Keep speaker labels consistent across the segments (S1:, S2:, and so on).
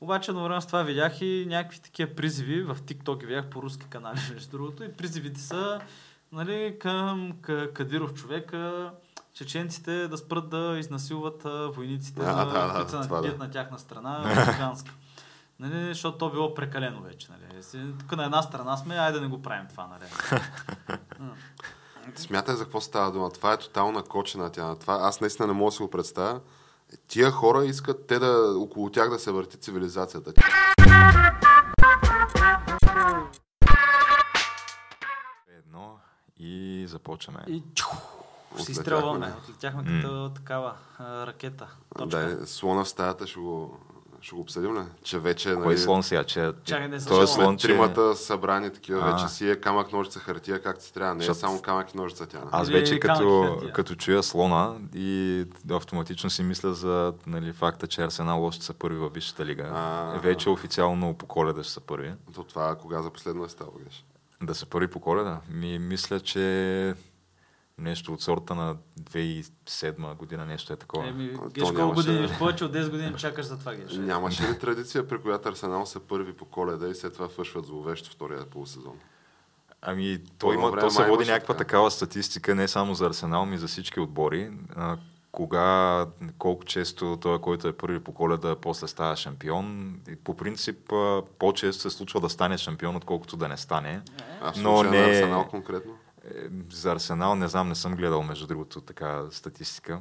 S1: Обаче едновременно с това видях и някакви такива призиви в TikTok ги видях по руски канали, между другото. И призивите са нали, към к- Кадиров човека, чеченците да спрат да изнасилват а, войниците,
S2: А,
S1: на,
S2: да, да,
S1: които са
S2: това да.
S1: набият на тяхна страна, американска. Нали, защото то било прекалено вече. Нали. Си- Тук на една страна сме, айде да не го правим това. Нали.
S2: Смятай за какво става дума. Това е тотална кочена тя. Това, аз наистина не мога да си го представя. Тия хора искат те да, около тях да се върти цивилизацията.
S3: Е, Едно и започваме.
S1: И чух,
S2: Отлетяхме,
S1: се изстрелваме.
S2: да.
S1: Отлетяхме като такава а, ракета. Точка.
S2: Да, слона в стаята ще го, ще го обсъдим ли? Че вече...
S3: Кой е слон сега? Че...
S1: Чакай, не
S3: Той
S1: слушам.
S3: е слон,
S2: Слон,
S3: че...
S2: тримата събрани такива
S3: А.
S2: вече си е камък, ножица, хартия, както си трябва. Не е
S3: Защото-
S2: само камък и ножица тя. нали?
S3: Аз
S1: Или
S3: вече
S1: камък и
S3: като,
S1: хартия.
S3: като чуя слона и автоматично си мисля за нали, факта, че Арсенал още са първи във Висшата лига.
S2: А.
S3: Вече официално по коледа ще са първи.
S2: То това кога за последно е стало, геш?
S3: Да са първи по коледа? Ми, мисля, че нещо от сорта на 2007 година, нещо е такова.
S1: Еми,
S2: То
S1: Геш, колко
S2: нямаше-
S1: години, повече от 10 години чакаш за това, Геш.
S2: Нямаше ли традиция, при която Арсенал са първи по коледа и след това вършват зловещо втория полусезон?
S3: Ами, то,
S2: По едно
S3: има,
S2: време
S3: то се
S2: май
S3: води
S2: имаше
S3: някаква
S2: така.
S3: такава статистика, не само за Арсенал, ми за всички отбори. А, кога, колко често той, който е първи по коледа, после става шампион. И по принцип, а, по-често се случва да стане шампион, отколкото да не стане.
S2: А в
S3: Но
S2: случая на
S3: не-
S2: Арсенал конкретно?
S3: Е, За Арсенал не знам, не съм гледал, между другото, така статистика.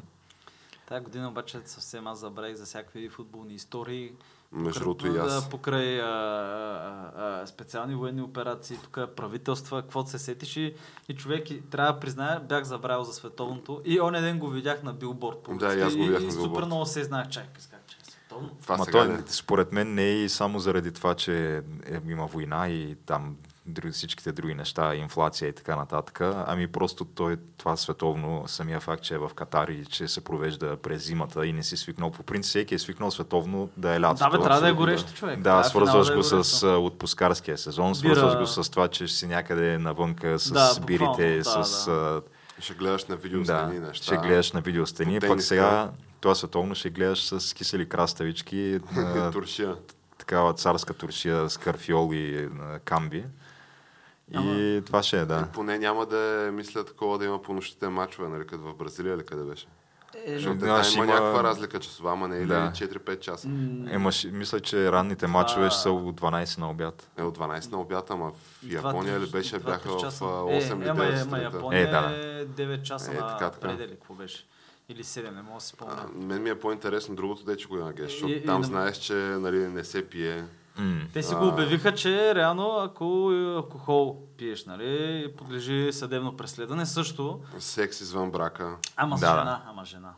S1: Тая година обаче съвсем аз забравих за всякакви футболни истории.
S2: Между
S1: Покрай-
S2: другото и аз.
S1: Да, покрай а, а, а, специални военни операции, тук правителства, какво се сетиш и, и човек, и, трябва да призная, бях забравил за световното и оня ден го видях на билборд. по
S2: Да, и
S1: улиците
S2: аз го видях
S1: и,
S2: на
S1: и супер
S2: билборд.
S1: много се знаех, чакай, как че е световно.
S2: Това
S3: Ма
S2: сега
S3: той,
S2: ли е?
S3: Според мен не е и само заради това, че е, има война и там други, всичките други неща, инфлация и така нататък. Ами просто той, това световно, самия факт, че е в Катар и че се провежда през зимата и не си свикнал. По принцип всеки е свикнал световно да е лято.
S1: Да, бе, трябва да е
S2: абсолютно,
S1: горещо
S2: да.
S1: човек.
S3: Да,
S1: Трябва
S3: свързваш
S1: финал
S3: го
S1: да е
S3: с
S1: горещо.
S3: а, отпускарския сезон,
S1: Бира.
S3: свързваш го с това, че ще си някъде навънка с
S1: Да, буквално,
S3: бирите,
S1: да,
S3: с а,
S2: Ще гледаш на видео
S3: да,
S2: стени неща.
S3: ще гледаш на видеостени,
S2: По
S3: пък
S2: тениска.
S3: сега това световно ще гледаш с кисели краставички, а,
S2: Е, Туршия.
S3: такава царска туршия с карфиол и а, камби. И
S1: Ама-
S3: това ще е, да.
S2: И Поне няма да е, мисля такова да има по нощите мачове, нали, като в Бразилия или къде беше.
S1: Е,
S2: Защото
S3: да,
S2: там
S3: ще
S2: има
S3: има-
S2: някаква разлика часова, ама не е или
S3: Да.
S2: 4-5 часа.
S3: Ема, ще- мисля, че ранните мачове ще са от 12 на обяд.
S2: Е, от 12 на обяд, ма в
S1: два-
S2: Япония ли беше,
S1: два-
S2: бяха
S1: три
S2: в а,
S1: часа.
S2: 8
S1: е,
S2: или
S1: ама,
S2: 9
S1: ама
S2: сутринта.
S1: Япония е,
S3: Е, да, да.
S1: 9 часа
S2: Е,
S1: на
S2: така, така.
S1: предели, какво беше? Или 7, не мога да си
S2: А,
S1: спомня.
S2: Мен ми е по-интересно другото дече го има геш,
S1: И- и
S2: защото там
S1: на-
S2: знаеш, че нали, не се пие.
S3: М.
S1: Те си го обявиха, че реално ако е, алкохол пиеш, нали, подлежи съдебно преследване също.
S2: Секс извън брака.
S1: Ама с
S3: Да, да.
S1: жена, ама с жена.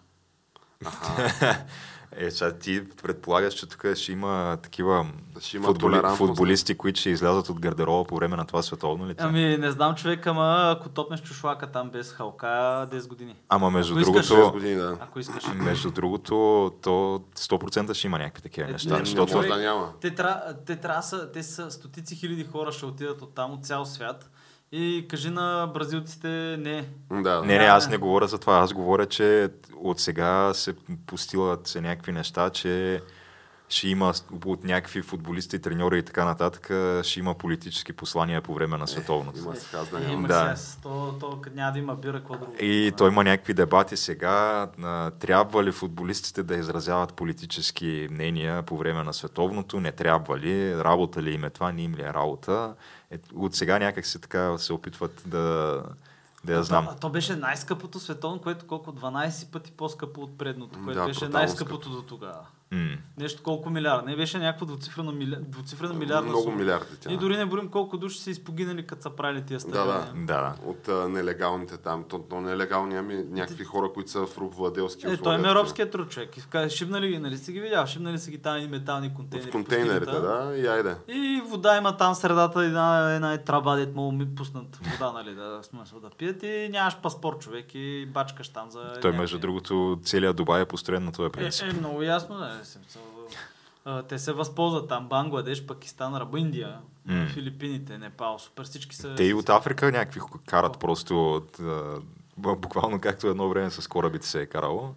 S3: Е, сега ти предполагаш, че тук ще има такива
S2: Ще има
S3: футболи...
S2: толерантност.
S3: футболисти, които ще излязат от гардероба по време на това световно ли? те?
S1: Ами не знам човек, ама ако топнеш чушлака там без халка 10 години.
S3: Ама между
S1: ако искаш-
S3: другото...
S2: 6 години, да.
S1: Ако искаш.
S3: Между другото, то 100% ще има някакви такива
S1: Е,
S3: неща.
S1: не, не
S3: защото...
S2: може да няма.
S1: Те, тра, те, тра, са, те са стотици хиляди хора ще отидат от там, от цял свят. И кажи на бразилците не.
S2: Да,
S3: Не, не, аз не говоря за това. Аз говоря, че от сега се постилат се някакви неща, че ще има с- от някакви футболисти, треньори и така нататък, ще има политически послания по време на световното.
S2: Е, Има се
S1: Да,
S2: казва,
S1: е,
S2: няма.
S1: има
S3: да. Е,
S1: да. То, то, къд няма да има бира, какво друго.
S3: И той има някакви дебати сега. а, Трябва ли футболистите да изразяват политически мнения по време на световното? Не трябва ли? Работа ли им е това? Не им ли е работа? Е, от сега някак се така се опитват да, да я знам.
S1: То, то беше най-скъпото световно, което колко 12 пъти по-скъпо от предното, което
S2: Да,
S1: беше
S2: брутално
S1: най-скъпото до тогава.
S3: М.
S1: Нещо колко милиарда. Не беше някаква двуцифрена, мили... двуцифрена милиарда.
S2: Много милиарди тя.
S1: И дори не борим колко души са изпогинали, като са правили тия стадиони.
S2: да.
S3: Да, да.
S2: От а, нелегалните там. То, то нелегални, ами някакви хора, които са в рубвладелски
S1: Е,
S2: условия.
S1: той им е
S2: такива.
S1: робския труд, човек. И вка- Шибнали ги, нали си ги видял? Шибнали са ги там и метални контейнери.
S2: В
S1: по
S2: контейнерите,
S1: стените.
S2: да, и айде.
S1: И вода има там в средата, една, една е тръба, дет му ми пуснат вода, нали, да в смисъл да пият и нямаш паспорт, човек, и бачкаш там за...
S3: Той,
S1: някакви-
S3: между другото, целият Дубай е построен на този принцип.
S1: Е, е, много ясно, да. е, Смисъл, а, те се възползват там. Бангладеш, Пакистан, Раба, Индия,
S3: М.
S1: Филипините, Непал, супер всички са.
S3: Те и от Африка някакви ху- карат просто от, а, б- буквално както едно време с корабите се е карало.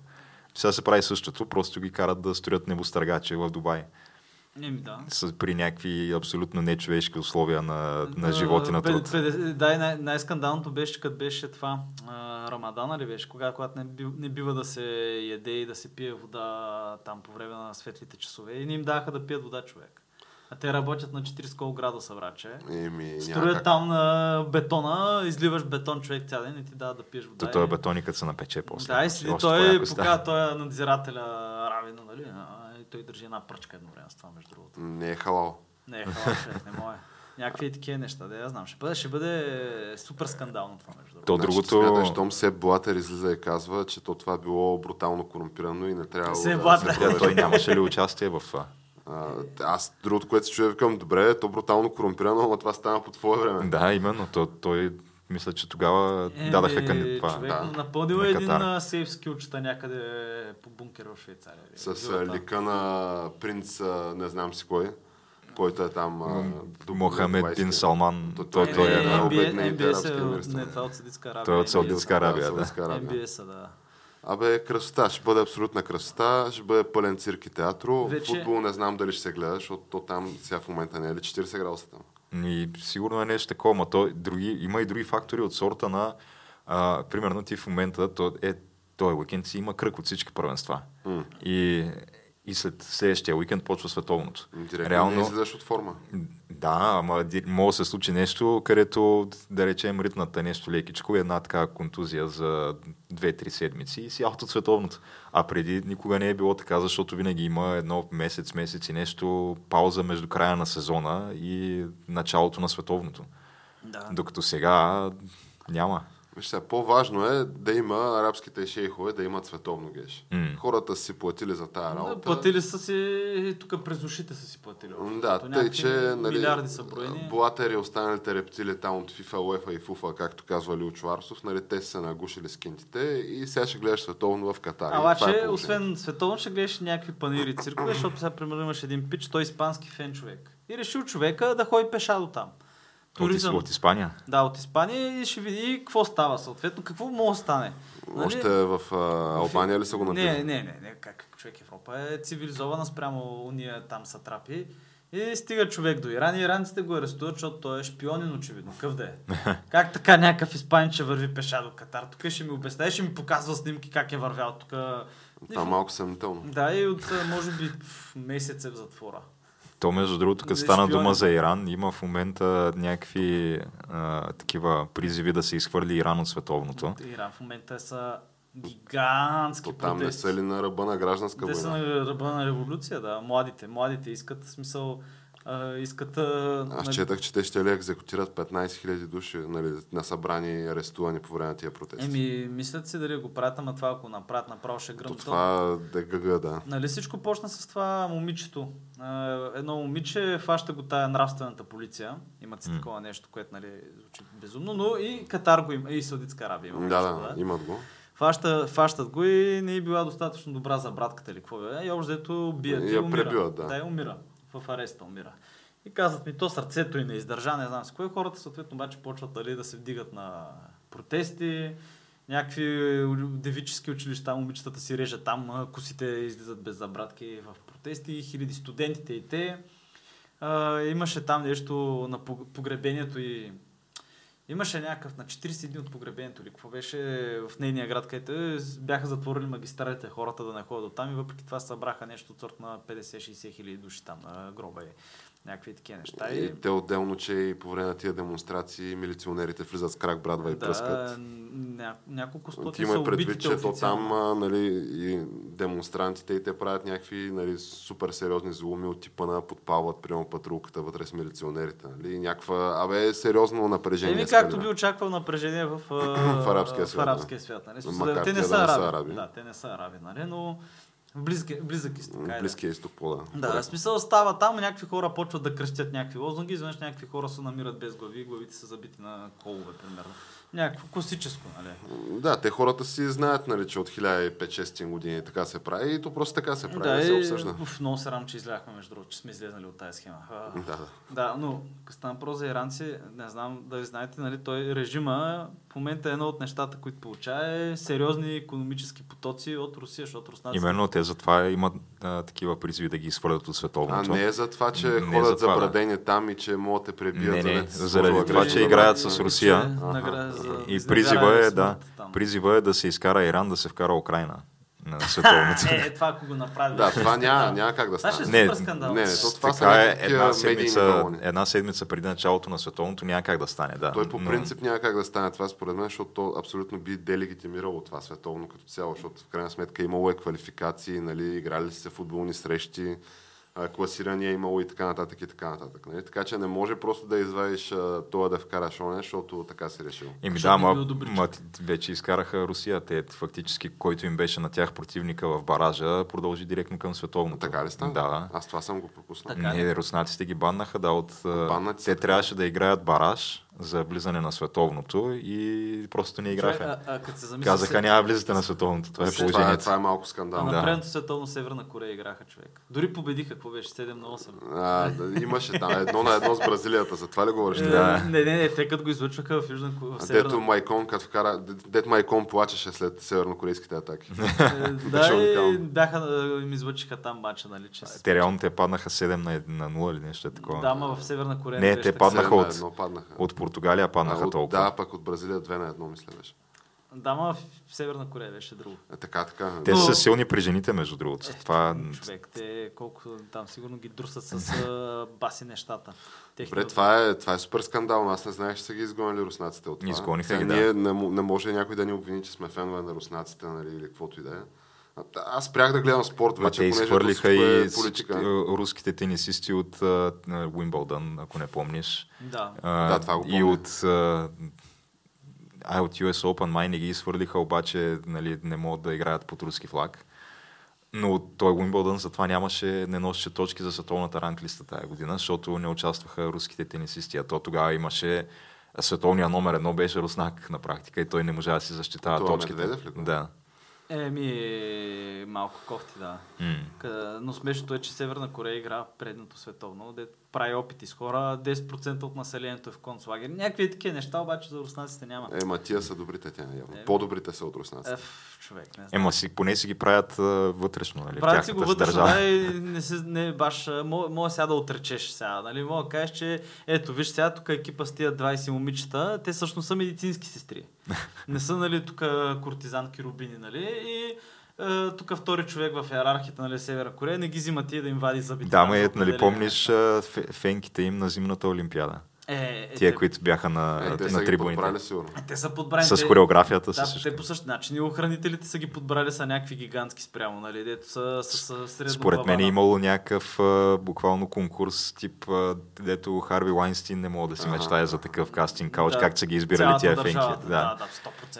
S3: Сега се прави същото, просто ги карат да строят небостъргачи в Дубай.
S1: Еми да.
S3: с, при някакви абсолютно нечовешки условия на, на
S1: Да,
S3: живот и на
S1: пе-
S3: труд.
S1: пе- Да, и най- най-скандалното беше, като беше това а, Рамадана ли беше, кога, когато не, би, не бива да се яде и да се пие вода там по време на светлите часове. И не им даха да пият вода човек. А те работят на 40 колко градуса, враче.
S2: Еми,
S1: Строят
S2: няма как.
S1: там на бетона, изливаш бетон човек цял ден и ти да да пиеш вода.
S3: То той е
S1: И-
S3: бетоникът се напече после.
S1: Да, и
S3: Още
S1: седи той,
S3: по-яко
S1: пока
S3: става.
S1: той е надзирателя Равина, нали? А, и той държи една пръчка едно време с това, между другото.
S2: Не е халал.
S1: Не, хала, човек, не мое. Някакви такива неща, да я знам. Ще бъде, ще бъде супер скандално това, между другото.
S3: То
S2: Значи,
S3: другото...
S2: ти Смяташ, щом Сеп Блатер излиза и казва, че то това било брутално корумпирано и не трябва
S1: Сеп
S2: да
S1: Блатер.
S3: Да, той нямаше ли участие в това?
S2: А, аз другото, което се чуя, викам, добре, е то брутално корумпирано, но това стана по твое време.
S3: Да, именно. То, той, мисля, че тогава
S1: Еми,
S3: дадаха кан... това.
S1: Е, Човек
S3: Да.
S2: да.
S1: напълнил
S3: На
S1: е един
S3: Катар.
S1: а, сейф скилчета някъде по бункер в Швейцария. нали,
S2: С е, а,
S1: Живота.
S2: лика на принц, а, не знам си кой, който е там... а, до-
S3: Мохамед
S2: до
S3: бин
S2: 20.
S3: Салман,
S2: То-
S3: той,
S2: е,
S3: той
S2: е,
S3: е
S2: е,
S3: на
S2: е,
S1: NBA,
S2: обеднените
S1: NBA
S2: арабски
S1: са,
S2: емирства.
S1: не, това от Саудитска Арабия.
S3: Той е от
S1: NBA
S3: Саудитска
S1: са.
S3: Арабия, да.
S2: Саудитска Арабия.
S1: NBA са, да.
S2: Абе, красота, ще бъде абсолютна красота, ще бъде пълен цирк и театро.
S1: Вече-
S2: Футбол не знам дали ще се гледа, защото то там сега в момента не е ли 40 градуса там.
S3: И сигурно е нещо такова, но то други, има и други фактори от сорта на, а, примерно ти в момента, то е, той уикенд си има кръг от всички първенства.
S2: М.
S3: И, и след следващия уикенд почва световното.
S2: Ами Директно Реално... не излизаш от форма.
S3: Да, ама ди- може да се случи нещо, където, да речем, ритната нещо лекичко, е една така контузия за 2-3 седмици и си аут от световното. А преди никога не е било така, защото винаги има едно месец, месец и нещо пауза между края на сезона и началото на световното.
S1: Да.
S3: Докато сега няма.
S2: Виж сега, по-важно е да има арабските шейхове да имат световно геш.
S3: М.
S2: Хората са си платили за тая работа.
S1: Платили са си, тук през ушите са си платили.
S2: М,
S1: общо.
S2: Да,
S1: Като
S2: тъй,
S1: някакви
S2: че нали,
S1: Милиарди са броени.
S2: Блатер и останалите рептили там от FIFA, UEFA и FUFA, както казва Лил Чуарсов, нали, те са се нагушили с кинтите и сега ще гледаш световно в Катар. И това е
S1: Обаче,
S2: положението.
S1: освен световно, ще гледаш някакви панири и циркове, защото сега, примерно, имаш един пич, той е испански фен човек. И решил човека да ходи пеша до там.
S3: От, Ис-
S1: Туризъм.
S3: от Испания.
S1: Да, от Испания и ще види какво става съответно, какво може да стане. Нали?
S2: Още в а, Албания ли са го набили?
S1: Не, не, не, не, как човек Европа е цивилизована спрямо уния там сатрапи. И стига човек до Иран и иранците го арестуват, защото той е шпионин очевидно. Къв да е? Как така някакъв испанец ще върви пеша до Катар? Тук ще ми обясняе, ще ми показва снимки как е вървял тук.
S2: Това е малко съмнително.
S1: Да, и от а, може би в месец е в затвора.
S3: То, между другото, като
S1: За
S3: стана
S1: шпионите.
S3: дума за Иран, има в момента някакви а, такива призиви да се изхвърли Иран от световното.
S1: Иран в момента са гигантски
S2: То там не
S1: протести.
S2: са ли на ръба на гражданска
S1: Те са
S2: война?
S1: на ръба на революция, да. Младите, младите искат, в смисъл, а, искат... а,
S2: Аз
S1: нали,
S2: четах, че те ще ли екзекутират 15 000 души нали, на събрани и арестувани по време на тия протести.
S1: Еми, мислят си дали го правят, ама това ако направят, направо ще
S2: То
S1: гръмто.
S2: това да гъга, да.
S1: Нали всичко почна с това момичето. А, едно момиче фаща го тая нравствената полиция. Имат си
S3: М.
S1: такова нещо, което нали, звучи безумно, но и Катар го има, и Саудитска Арабия има.
S2: Да,
S1: нещо,
S2: да, имат го.
S1: Фаща, фащат го и не е била достатъчно добра за братката или какво е. И общо дето бият
S2: И
S1: и,
S2: я
S1: умира.
S2: пребиват, да.
S1: да, и умира. В ареста умира. И казват ми, то сърцето и не издържа, не знам с кое. Хората съответно обаче почват дали да се вдигат на протести, някакви улю- девически училища, момичетата си режат там, а, косите излизат без забратки в протести, и хиляди студентите и те. А, имаше там нещо на пог- погребението и Имаше някакъв на 40 дни от погребението или какво беше в нейния град, където е, с- бяха затворили магистралите хората да не ходят там и въпреки това събраха нещо от сорт на 50-60 хиляди души там на гроба и някакви такива неща. И,
S2: И те отделно, че и по време на тия демонстрации милиционерите влизат с крак, брадва и пръскат.
S1: ня- няколко
S2: Ти
S1: стотин са
S2: има
S1: убитите
S2: предвид, че то
S1: официално.
S2: там а, нали, и демонстрантите и те правят някакви нали, супер сериозни зломи от типа на подпалват прямо патрулката вътре с милиционерите. Нали, и някаква, абе, сериозно напрежение.
S1: Еми,
S2: скалира.
S1: както би очаквал напрежение в, а,
S2: е, В арабския
S1: в
S2: свят,
S1: арабския свят нали? Смисъл,
S2: Макар
S1: те не
S2: те
S1: са
S2: да не са
S1: араби.
S2: араби.
S1: Да, те не са араби, нали? но близки, близък изток. айде.
S2: Близкия изток, по-да.
S1: е, Да, в смисъл става там, някакви хора почват да кръстят някакви лозунги, изведнъж някакви хора се намират без глави, главите са забити на колове, примерно. Някакво класическо, нали?
S2: Да, те хората си знаят, нали, че от 1500 години така се прави и то просто така се прави,
S1: да,
S2: не се обсъжда.
S1: Уф, много се рам, че изляхме, между другото, че сме излезнали от тази схема. А,
S2: Да, да.
S1: да, но като стана про за иранци, не знам дали знаете, нали, той режима момента едно от нещата, които получава е сериозни економически потоци от Русия, защото руснаците...
S3: Именно те затова имат а, такива призиви да ги изхвърлят от
S2: А
S3: световното.
S2: не е за това, че
S3: Не е за
S2: ходят
S3: това, да.
S2: забрадени там и че могат да те пребият.
S3: Не, не,
S2: да си
S3: заради
S2: сложила
S3: това,
S2: грешка
S3: че
S2: на
S3: играят
S2: вратата.
S3: с Русия.
S1: е нали, Че награ- за-
S2: Аха.
S1: за
S3: И
S1: изневяра
S3: призива е, да,
S1: смърт там.
S3: призива е да се изкара Иран да се вкара Украина на световното.
S1: Е, е, това ако го направи.
S2: Да, това няма, няма как да
S1: Това ще
S2: стане.
S1: е супер скандал.
S2: не, не, то това са
S3: така е
S2: някакви
S3: една
S2: такива медийни
S3: седмица,
S2: балони.
S3: една седмица преди началото на световното няма как да стане, да.
S2: Той по
S3: Но-
S2: принцип няма как да стане това според мен, защото то абсолютно би делегитимирало това световно като цяло, защото в крайна сметка имало е квалификации, нали, играли са се футболни срещи, а, класирания е имало и така нататък и така нататък. Нали? Така че не може просто да извадиш а, това да вкараш оне, защото така си решил.
S3: Еми
S1: Защото
S3: да,
S1: не бил
S3: ма,
S1: добричък.
S3: ма, т- вече изкараха Русия. Те фактически, който им беше на тях противника в баража, продължи директно към световното.
S2: Така ли стана?
S3: Да.
S2: Аз това съм го пропуснал.
S1: Така ли?
S3: Не, руснаците ги баннаха, да, от... а,
S2: Баннат
S3: те
S2: са.
S3: трябваше да играят бараж за влизане на световното и просто не
S1: Човек,
S3: играха.
S1: а, а, като се замисля,
S3: Казаха,
S1: се-
S3: няма влизате на световното, това е
S2: Значи, Това е,
S3: положението.
S2: това е малко скандално.
S1: А
S3: Да.
S1: на предното световно Северна Корея играха човек. Дори победиха, какво беше? 7 на 8.
S2: А, да, имаше там едно на едно с Бразилията, за това ли говориш?
S1: Е,
S2: ти?
S3: Да.
S1: Не, не, не, те като го излъчваха в Южна Ко- в
S2: А
S1: Северна
S2: Дето Майкон, като вкара, дет Майкон плачеше след севернокорейските атаки.
S1: Е,
S2: Беше
S1: Да, и
S2: уникално.
S1: бяха, а, им излъчиха там мача, нали, че с-
S3: Те реално те паднаха 7 на, ед- на 0 или нещо е такова.
S1: да, ма в Северна Корея.
S3: Не,
S1: беше
S3: те
S1: така.
S3: паднаха
S2: Седем на
S3: от-
S2: едно паднаха.
S3: От Португалия паднаха
S2: А, от-
S3: толкова.
S2: Да, пък от Бразилия две на едно, мисля беше.
S1: Да, ма в Северна Корея беше друго.
S2: Е, така, така.
S3: Те
S1: Но- Е,
S3: са силни при жените, между другото. Е, Това...
S1: Човек, те колко там сигурно ги друсат с а, баси нещата. Техния
S2: Добре, това е, това е супер скандално. Аз не знаех, че са ги изгонили руснаците от това.
S3: Изгониха
S2: Сега
S3: ги, да.
S2: Ние не, мо- не, може някой да ни обвини, че сме фенове на руснаците нали, или каквото и да е. А, та- Аз спрях да гледам спорт
S3: Ма
S2: вече,
S3: те
S2: понеже тук всичко
S3: изхвърлиха
S2: е
S3: и
S2: политика.
S3: всички, а, руските тенисисти от а, на Уимбълдън, ако не помниш.
S1: Да.
S3: А,
S2: Да, това го
S3: И
S2: помня.
S3: от, а, ай, от US Open май не ги изхвърлиха, обаче нали, не могат да играят под руски флаг. Но от той Уимбълдън затова нямаше, не носеше точки за световната ранглиста тази година, защото не участваха руските тенисисти. А то тогава имаше световния номер едно беше руснак на практика и той не можа да си защитава
S2: Това
S3: точките.
S2: Медведев ли го?
S3: Да.
S1: Еми, Е, малко кофти, да.
S3: М.
S1: Къ- Но смешното е, че Северна Корея игра в предното световно, де прави опити с хора, 10% от населението е в концлагер. Някакви такива неща, обаче за руснаците няма.
S2: Е, ма тия са добрите, тя явно.
S1: Е.
S2: По-добрите са от руснаците.
S1: Еф, човек, не знам.
S3: Ема си, поне си ги правят а, вътрешно, нали? в
S1: Правят си го
S3: тяхната
S1: вътрешно,
S3: държава.
S1: да, и не, се, не е баш, а, мо- мога сега да отречеш сега, нали? Мога да кажеш, че ето, виж сега, тук екипа с тия 20 момичета, те всъщност са медицински сестри. Не са, нали, тук а, кортизанки, рубини, нали? И е, тук втори човек в иерархията, нали, Северна Корея, не ги взима тия да им вади зъбите.
S3: Да,
S1: там,
S3: ме,
S1: за
S3: нали,
S1: определени
S3: помниш
S1: неща.
S3: а, фе- фенките им на зимната олимпиада?
S1: Е, е,
S3: Тия,
S1: те- е,
S3: които бяха на,
S2: Е, те са
S3: на
S2: ги
S3: трибуните.
S2: подбрали сигурно. Е,
S1: Те са подбрани.
S3: С
S1: те-
S3: хореографията
S1: Да,
S3: си също.
S1: те по същия начин и охранителите са ги подбрали са някакви гигантски спрямо, нали? Дето са с, с, средно
S3: Според мен е
S1: глава.
S3: имало някакъв а, буквално конкурс тип, а, дето Харви Лайнстин не мога да си
S2: Ага.
S3: мечтая за такъв кастинг кауч,
S1: Да,
S3: как са ги избирали
S1: цялата
S3: тия
S1: държава,
S3: фенки.
S1: Да,
S3: Да.
S1: да,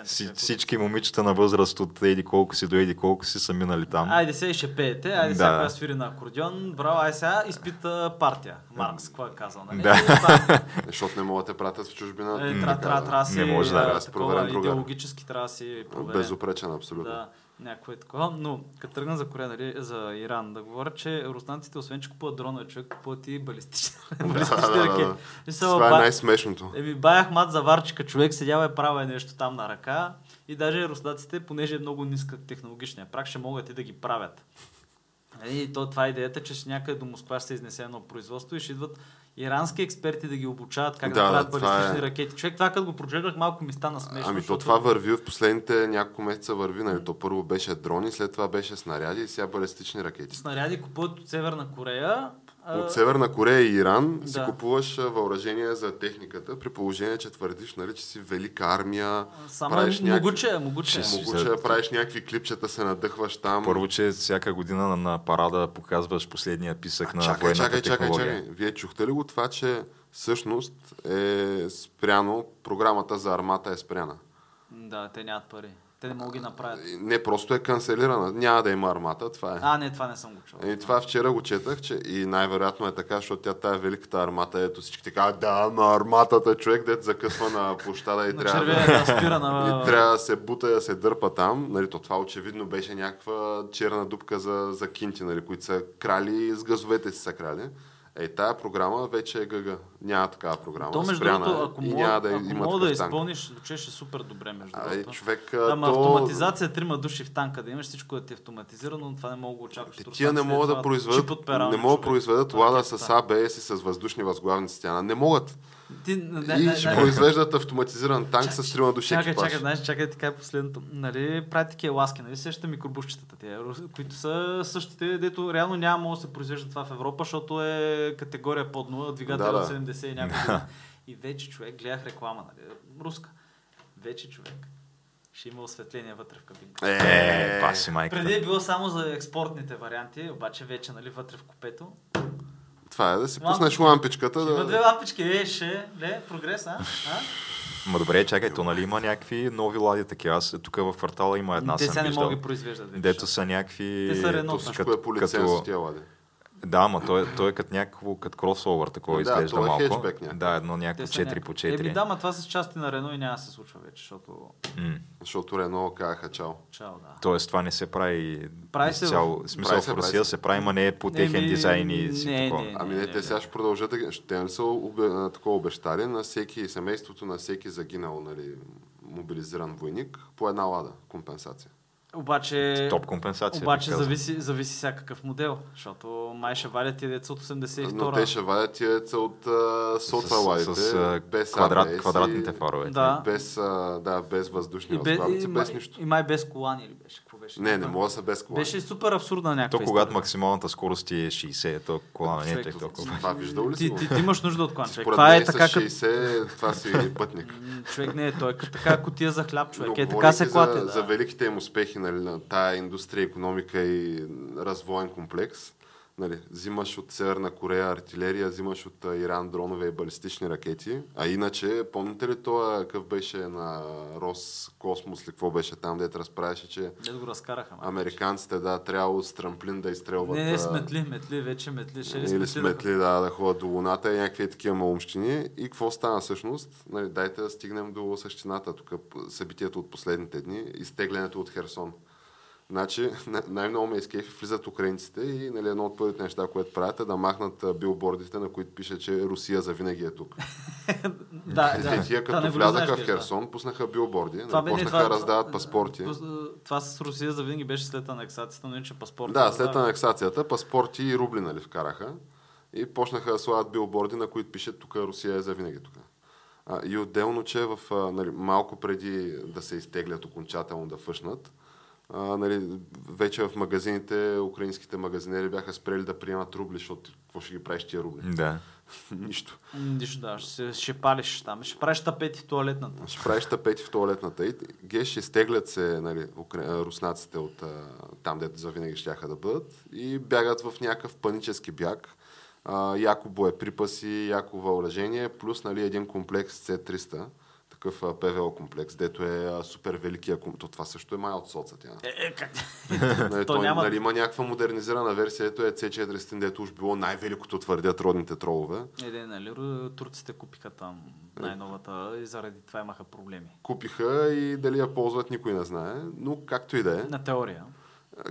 S1: 100%.
S3: Си,
S1: човек.
S3: всички момичета на възраст от еди колко си до еди колко си са минали там.
S1: Айде сега и ще пеете, айде
S3: Да.
S1: сега коя свири на акордеон, браво, айде сега изпита партия. Маркс, какво е казал, нали?
S3: Да.
S1: И оттам,
S2: Защото не могат да те пратят в чужбина.
S1: Е,
S2: така,
S1: трябва, трябва, трябва да си,
S3: Не може да,
S1: а,
S2: аз
S1: такова,
S2: проверен другаря.
S1: идеологически трябва да си проверен.
S2: Безупречен, абсолютно.
S1: Да, някое такова. Но като тръгна за Корея, нали, за Иран, да говоря, че руснаците, освен че купуват дронове, човек купуват и балистични, балистични
S2: да, да,
S1: ракети.
S2: да.
S1: Мисъл,
S2: Това е
S1: ба-
S2: най-смешното.
S1: Еми, баях мат за варчика, човек седява е правя нещо там на ръка и даже руснаците, понеже е много ниска технологичния прак, ще могат и да ги правят. Нали, И то, това е идеята, че ще някъде до Москва ще се изнесе едно производство и ще идват ирански експерти да ги обучават как да,
S2: Да,
S1: правят
S2: това
S1: балистични
S2: е.
S1: ракети. Човек, това като го прочетах, малко ми стана смешно.
S2: Ами то
S1: защото-
S2: това върви в последните няколко месеца върви, нали? То първо беше дрони, след това беше снаряди и сега балистични ракети.
S1: Снаряди купуват от Северна Корея. а,
S2: От Северна Корея и Иран си
S1: да.
S2: купуваш а, въоръжение за техниката, при положение, че твърдиш, нали, че си велика армия,
S1: Само
S2: правиш
S1: е
S2: някакви-
S1: могуче, е, могуче. е.
S3: Ще-
S2: могуче да правиш някакви клипчета, се надъхваш там.
S3: Първо, че всяка година на, на парада показваш последния писък на
S2: чакай,
S3: военната
S2: чакай, чакай,
S3: технология.
S2: чакай. Вие чухте ли го това, че всъщност е спряно, програмата за армата е спряна?
S1: Да, те нямат пари. Те не могат да ги направят.
S2: Не, просто е канцелирана. Няма да има армата, това е.
S1: А, не, това не съм го чувал.
S2: И това вчера го четах, че и най-вероятно е така, защото тя тая великата армата, ето всички така, да, на арматата човек, дет закъсва на площада и
S1: На
S2: трябва
S1: червея
S2: да...
S1: да спира на...
S2: И трябва да се бута и да се дърпа там. Нали, то това очевидно беше някаква черна дупка за, за кинти, нали, които са крали и с газовете си са крали. Е, тая програма вече е гъга. Няма такава програма.
S1: То, между
S2: Спряна е
S1: другото, ако
S2: и няма
S1: мога,
S2: да
S1: да, ако
S2: има
S1: мога да
S2: такъв танк.
S1: изпълниш, звучеше супер добре, между
S2: Абе,
S1: другото.
S2: човек,
S1: Ама
S2: то-
S1: автоматизация, трима души в танка, да имаш всичко да ти е автоматизирано, но това не мога да го очакваш.
S2: Те
S1: от
S2: Тия не
S1: руснаците,
S2: могат
S1: това
S2: да произведат,
S1: чип от пера
S2: не
S1: на
S2: могат да
S1: човек.
S2: произведат
S1: Това е
S2: лада
S1: капитан.
S2: с АБС и с въздушни възглавни стена. Не могат.
S1: Ти, не, не,
S2: и
S1: не,
S2: ще
S1: не.
S2: произвеждат автоматизиран танк с трима души
S1: Чакай,
S2: екипаж.
S1: чакай, знаеш, чакай така е последното. Нали, правят такива ласки, нали, сеща микробушчетата тия, рус- които са същите, дето реално няма мога да се произвежда това в Европа, защото е категория под 0, двигател
S2: Да, да.
S1: от 70 и някой. и вече човек, гледах реклама, нали, руска. Вече човек. Ще има осветление вътре в кабинка.
S3: Е, паси
S1: Преди е
S3: майката.
S1: било само за експортните варианти, обаче вече, нали, вътре в купето.
S2: Това е да си
S1: Малко.
S2: пуснеш лампичката.
S1: Ще има две
S2: Да...
S1: лампички, е, ще, ле, прогрес, а? а?
S3: Ма добре, чакай, то нали има някакви нови лади такива? Аз тук в квартала има една
S1: Те сега
S3: съм
S1: не
S3: виждал.
S1: могат да ги произвеждат. вече.
S3: Дето са някакви...
S1: Значи. Те са Renault.
S2: То
S1: Но
S2: всичко е по лиценз тия лади.
S3: Да, ма той, той е като някакво, като кросовър, такова
S2: Да,
S3: изглежда
S2: той е
S3: малко.
S2: хетчбек някакъв.
S3: Да, едно
S1: Те
S3: някакво
S1: са
S3: 4
S1: някакви.
S3: по 4.
S1: Еми да, ма това с части на Рено и няма да се случва вече, защото...
S3: М.
S2: Защото Рено казаха чао.
S1: Чао, да.
S3: Тоест това не се прави
S1: Прави се
S3: изцяло-
S1: в-
S3: смисъл
S2: прави се,
S3: в Русия
S2: прави
S3: се прави, ма не е по
S1: Еми,
S3: техен дизайн и си
S1: не,
S3: такова.
S1: не.
S2: Ами не, те сега ще продължат. да ги- ще- Те не са обе, а, такова обещали на всеки семейството на всеки загинал нали, мобилизиран войник по една лада компенсация.
S1: Обаче...
S3: Топ компенсация.
S1: Обаче
S3: бих казал.
S1: зависи, зависи сега какъв модел, защото май ще вадят и деца от
S2: Но те
S1: 82-а.
S2: ще вадят тия деца от а, соца ладите.
S3: с, а,
S2: без
S3: квадрат,
S2: ABS и-
S3: квадратните фарове.
S1: Да.
S2: Без, а, да, без въздушни
S1: И, бе, и,
S2: възглавници, без
S1: май,
S2: нищо.
S1: и май без колани или беше? Какво беше?
S2: Не, не мога да са без кола.
S1: Беше супер абсурдна някаква
S3: То когато
S1: история.
S3: максималната скорост ти е 60, то колана не е
S1: Човек,
S3: чак толкова.
S2: Това виждал ли си
S1: Ти,
S2: го?
S1: ти, ти, имаш нужда от колан, човек.
S2: Според
S1: Това
S2: мен
S1: е
S2: с
S1: така като...
S2: 60, това си пътник.
S1: М, Човек не е, той е като така котия за хляб, човек. Е
S2: Но
S1: така се
S2: говорейки
S1: клате,
S2: за,
S1: да.
S2: за великите им успехи нали, на тая индустрия, економика и развоен комплекс. Нали, взимаш от Северна Корея артилерия, взимаш от а, Иран дронове и балистични ракети. А иначе, помните ли това, какъв беше на Рос Космос, ли какво беше там, дето разправяше, че
S1: Дето го разкараха. май.
S2: американците да трябвало с трамплин да изстрелват.
S1: Не, не,
S2: а,
S1: сметли, метли, вече метли. Ще ли
S2: или
S1: сметли? да-
S2: Нали, сметли да, да ходят до Луната и някакви такива малумщини. И какво стана всъщност? Нали, дайте да стигнем до същината. Тук п- събитието от последните дни, изтеглянето от Херсон. Значи, на- най-много ме изкефи, влизат украинците и нали, едно от първите неща, което правят е да махнат а, билбордите, на които пише, че Русия завинаги е тук.
S1: Да,
S2: Те
S1: да.
S2: Е, тия
S1: Това не
S2: като
S1: го
S2: влязаха
S1: знаеш,
S2: в
S1: да.
S2: Херсон, пуснаха билборди, нали,
S1: Това бе- не,
S2: почнаха да
S1: това-
S2: раздават паспорти.
S1: Пос- Това с Русия за винаги беше след анексацията, но иначе паспорт.
S2: Да, след анексацията паспорти и рубли нали, вкараха и почнаха да слагат билборди, на които пише тук Русия е завинаги тук. А, и отделно, че в, а, нали, малко преди да се изтеглят окончателно да фъшнат, а, нали, вече в магазините, украинските магазинери бяха спрели да приемат рубли, защото какво ще ги правиш тия рубли?
S3: Да.
S2: Нищо.
S1: Нищо, да, ще, се- ще палиш там, ще правиш тапети в туалетната.
S2: Ще правиш тапети в туалетната. И геш, изтеглят се нали, укра- а, руснаците от а, там, дето завинаги щяха да бъдат и бягат в някакъв панически бяг. А, яко боеприпаси, яко въоръжение, плюс нали, един комплекс C-300, такъв а, ПВО комплекс, дето е а, супер великия комплекс. То това също е май от соца тя.
S1: Е, е, как?
S2: Нали,
S1: То
S2: той,
S1: няма-
S2: нали, има някаква модернизирана версия, ето е C400, дето уж било най-великото твърдят родните тролове.
S1: Не, не, нали, ру- турците купиха там
S2: Е.
S1: най-новата и заради това имаха проблеми.
S2: Купиха и дали я ползват никой не знае, но както и да е.
S1: На теория.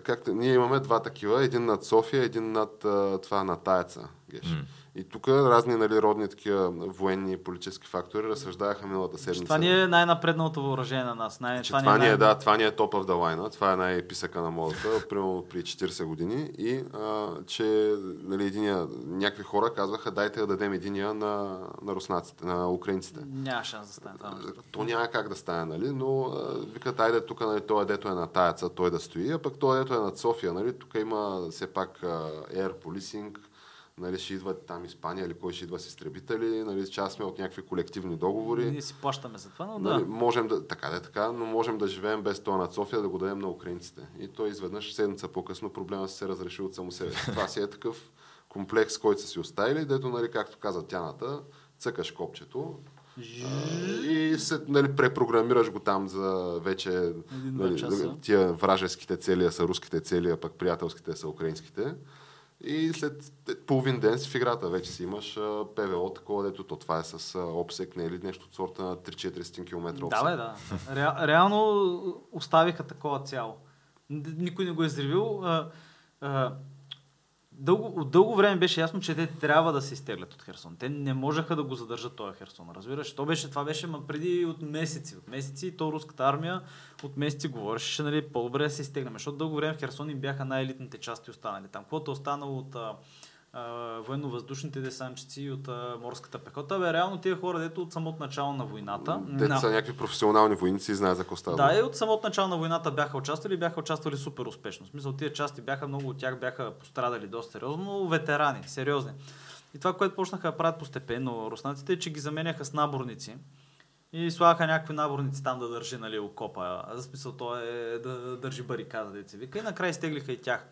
S2: Както, ние имаме два такива, един над София, един над а, това на Таяца. Геш.
S3: М.
S2: И тук разни нали, родни такива военни и политически фактори разсъждаяха миналата
S1: Че
S2: седмица.
S1: това ни е най-напредналото въоръжение на нас. Най-
S2: че това ни е,
S1: най-
S2: да, това ни е топ в далайна, това е най-писъка на модата, примерно при 40 години. И а, че нали, единия, някакви хора казваха, дайте да дадем единия на, на руснаците, на украинците.
S1: Няма шанс да стане това. нещо.
S2: То няма как да стане, нали? Но а, викат, айде тук, нали, той дето е на таяца, той да стои, а пък той дето е над София, нали? Тук има все пак а, Air Policing, нали, ще идват там Испания или кой ще идва с изтребители, нали, част сме от някакви колективни договори.
S1: Ние си плащаме за това, но
S2: Нали,
S1: да.
S2: можем да, така да е така, но можем да живеем без това над София, да го дадем на украинците. И той изведнъж седмица по-късно проблема се разреши от само себе си. Това си е такъв комплекс, който са си оставили, дето, нали, както каза тяната, цъкаш копчето, а, И се, нали, препрограмираш го там за вече
S1: Един-два
S2: нали,
S1: часа.
S2: тия вражеските цели са руските цели, а пък приятелските са украинските. И след половин ден си в играта вече си имаш а, ПВО, такова дето то това е с а, обсек, не е ли нещо от сорта на 3-400 км
S1: Да,
S2: обсек.
S1: бе, да. Ре, реално оставиха такова цяло. Н- Никой не го е изривил. А, а, дълго, от дълго време беше ясно, че те трябва да се изтеглят от Херсон. Те не можеха да го задържат този Херсон. Разбираш, то беше, това беше ма преди от месеци. От месеци и то руската армия от месеци говореше, нали, по-добре да се изтегнем. Защото дълго време в Херсон им бяха най-елитните части останали там. Каквото е останало от а, а, военно-въздушните десантчици и от а, морската пехота, бе, реално тия хора, дето от самото начало на войната.
S2: Те
S1: на-
S2: са някакви професионални войници и знаят за какво става.
S1: да, е. и от самото начало на войната бяха участвали, и бяха участвали супер успешно. В смисъл, тия части бяха, много от тях бяха пострадали доста сериозно, но ветерани, сериозни. И това, което почнаха да правят постепенно руснаците, е, че ги заменяха с наборници. И слагаха някакви наборници там да държи, нали, окопа. А, В смисъл, то е да държи барикада, деца вика. И накрая изтеглиха и тях.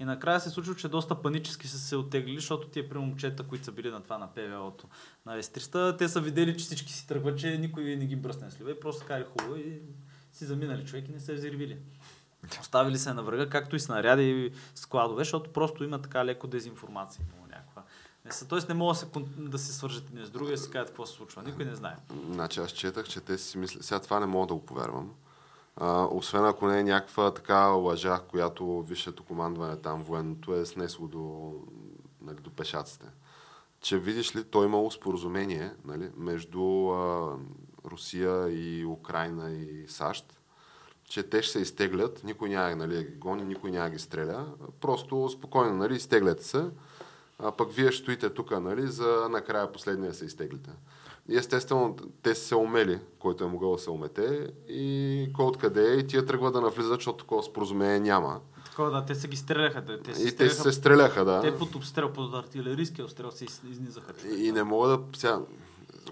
S1: И накрая се случва, че доста панически са се оттеглили, защото тия при момчета, които са били на това на ПВО-то на Вестриста, те са видели, че всички си тръгват, че никой не ги бръсне с лева и просто кари хубаво и си заминали човек и не се взривили. Оставили се на врага, както и снаряди и складове, защото просто има така леко дезинформация. Имало някаква. Не са, тоест не могат да се, кон- да се свържат едни с други и да се кажат какво се случва. Никой не знае.
S2: Значи аз четах, че те си мислят... Сега това не мога да го повярвам. А, освен ако не е някаква така лъжа, която висшето командване там, военното, е снесло до, нали, до пешаците. Че видиш ли, той е имало споразумение нали, между а, Русия и Украина и САЩ, че те ще се изтеглят, никой няма нали, да ги гони, никой няма да ги стреля, просто спокойно, нали, изтеглят се, а пък вие ще стоите тук, нали, за накрая последния се изтеглите. И естествено, те са се умели, който е могъл да се умете, и кой откъде е, и тия тръгват да навлизат, защото такова споразумение няма.
S1: Такова, да, те се ги стреляха. да, Те се
S2: и те
S1: стреляха,
S2: се стреляха, да.
S1: те под обстрел, под артилерийския обстрел се из- изнизаха.
S2: И не мога да... Сега,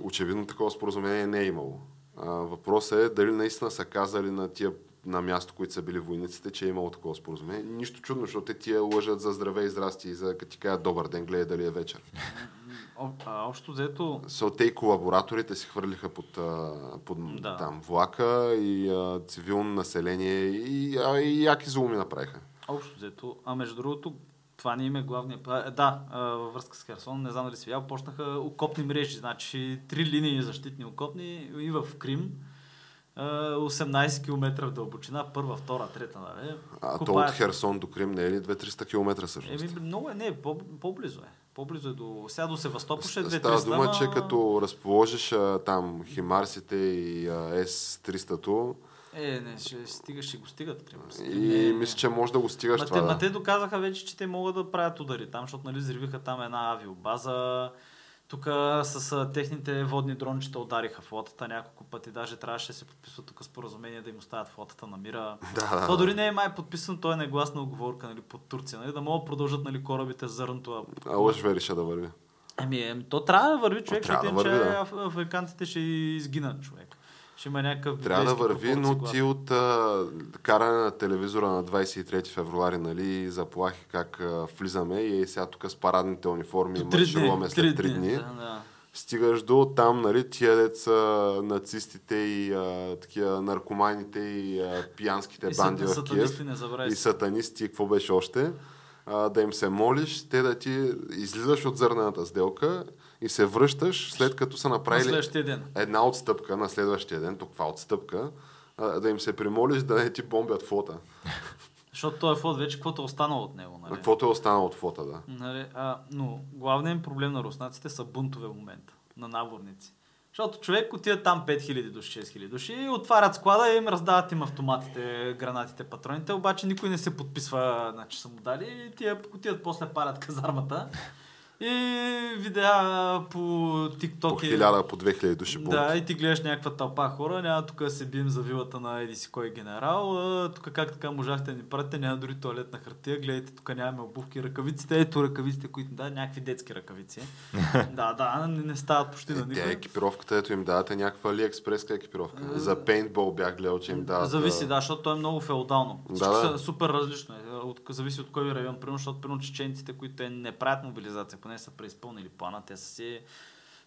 S2: очевидно такова споразумение не е имало. А, въпросът е дали наистина са казали на тия на място, които са били войниците, че е имало такова споразумение. Нищо чудно, защото те тия лъжат за здраве и здрасти и за като ти кажат добър ден, гледай дали е вечер.
S1: О, а, общо взето,
S2: So, те и колабораторите си хвърлиха под, а, под
S1: Да.
S2: да. там, влака и а, цивилно население и, а, и яки зломи направиха.
S1: Общо взето. А между другото, това не им е главният... А, да, а, във връзка с Херсон, не знам дали си видял, почнаха окопни мрежи. Значи три линии защитни окопни и в Крим. а, 18 км в дълбочина, първа, втора, трета, нали?
S2: А то от
S1: Копаят.
S2: Херсон до Крим не е ли 2-300 км всъщност?
S1: Еми, много е, не, по, по-близо е. По-близо е до... Сега до Севастопол ще е 2-300,
S2: Става дума,
S1: ама-
S2: че като разположиш а, там Химарсите и а, S-300-то
S1: Е, не, ще стига, ще го стигат. Примерно.
S2: и
S1: Не,
S2: мисля, че може да го стигаш
S1: Ма те,
S2: това.
S1: ма
S2: Да.
S1: те доказаха вече, че те могат да правят удари там, защото нали, взривиха там една авиобаза. Тук с а, техните водни дрончета удариха флотата няколко пъти. Даже трябваше да се подписва тук споразумение да им оставят флотата на мира.
S2: Да, да,
S1: То
S2: да.
S1: дори не е май подписано, той е негласна оговорка нали, под Турция. Нали, да могат да продължат нали, корабите с зърното. а-
S2: А лъж вериша да върви.
S1: Еми, еми, то трябва да върви човек,
S2: трябва
S1: защото
S2: да
S1: иначе
S2: върви, да.
S1: аф- африканците ще изгинат човек. Ще има някакъв...
S2: Трябва да
S1: библейски
S2: върви,
S1: пропорции,
S2: но
S1: глад.
S2: ти от а, каране на телевизора на 23 февруари, нали, заплахи как а, влизаме и е сега тук с парадните униформи
S1: Три дни,
S2: маршируваме след 3 дни.
S1: Да, да.
S2: Стигаш до там, нали, тия деца нацистите и а, такива наркоманите и а, пиянските
S1: И са-
S2: банди в
S1: сатанисти,
S2: е Киев.
S1: не забравяй.
S2: и сатанисти, и какво беше още, а, да им се молиш, те да ти излизаш от зърнената сделка и се връщаш, след като са
S1: На
S2: направили
S1: следващия ден.
S2: една отстъпка на следващия ден, тук това отстъпка, а, да им се примолиш да не ти бомбят флота.
S1: Защото този флот вече каквото е останало от него. Нали?
S2: Каквото е останало от флота, да.
S1: Нали, а, но главният им проблем на руснаците са бунтове в момента. На наборници. Защото човек отида там 5000 души, 6000 души и отварят склада и им раздават им автоматите, гранатите, патроните, обаче никой не се подписва, значи са му дали и тия отиват после парят казармата. И видеа по TikTok
S2: По
S1: и-
S2: хиляда, по 2000 души Е, бунт.
S1: да, и ти гледаш някаква тълпа хора, няма тук да се бием за вилата на еди си кой генерал, а, тук как така можахте да ни пратите, няма дори туалетна хартия, гледайте, тук нямаме обувки, ръкавиците, ето ръкавиците, които ни да, някакви детски ръкавици. да, да, не, не стават почти на
S2: Е, тя е
S1: никой.
S2: екипировката, ето им давате някаква алиекспреска екипировка.
S1: Е,
S2: За пейнтбол бях гледал, че им дават.
S1: зависи,
S2: а,
S1: да, защото то е много феодално.
S2: Да,
S1: Всички са
S2: да.
S1: супер различно. е. От, зависи от кой район. Примерно, защото примерно чеченците, които те не правят мобилизация, поне са преизпълнили плана, те са си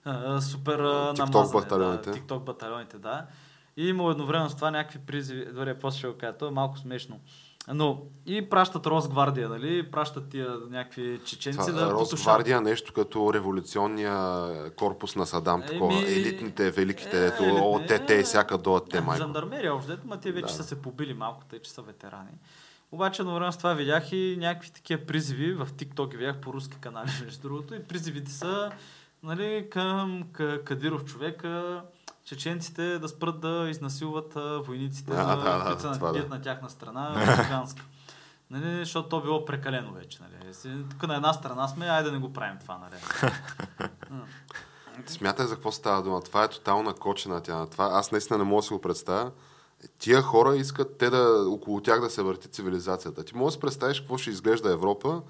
S1: а, супер а,
S2: TikTok
S1: намазани.
S2: батальоните.
S1: Да, TikTok батальоните, да. И имало едновременно с това някакви призиви. Добре, после ще го кажа, то е малко смешно. Но и пращат Росгвардия, нали? Пращат тия някакви чеченци
S2: Това,
S1: да
S2: да
S1: потушат.
S2: Росгвардия нещо като революционния корпус на Садам, такова.
S1: Еми,
S2: елитните, великите,
S1: е,
S2: дето,
S1: елитни,
S2: о, те, те
S1: е.
S2: и всяка до те, майко.
S1: Жандармерия, общо, дето, ма те вече
S2: Да.
S1: са се побили малко, те, че са ветерани. Обаче едновременно с това видях и някакви такива призиви, в TikTok ги видях по руски канали, между другото, и призивите са нали, към к- Кадиров човека, чеченците да спрат да изнасилват а, войниците,
S2: А,
S1: на-
S2: да, да,
S1: които са
S2: това да.
S1: набият на тяхна страна, американска. Нали, защото то било прекалено вече. Нали. Си- Тук на една страна сме, айде да не го правим това. Нали.
S2: Смятай за какво става дума. Това е тотална кочена тя на това. Аз наистина не мога да си го представя. Тия хора искат те да, около тях да се върти цивилизацията. Ти можеш да си представиш какво ще изглежда Европа,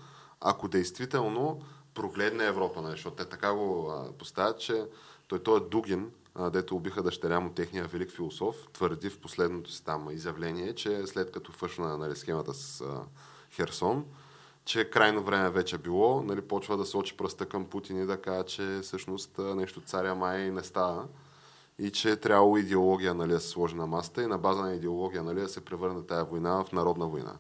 S2: ако действително прогледне Европа, нали? защото те така го а, поставят, че той, той е Дугин, а, дето убиха дъщеря му техния велик философ, твърди в последното си там изявление, че след като фъшна нали, схемата с а, Херсон, че крайно време вече било, нали, почва да сочи пръста към Путин и да каже, че всъщност а, нещо царя май не става и че е трябвало идеология нали, да се сложи на масата и на база на идеология нали, да се превърне тая война в народна война.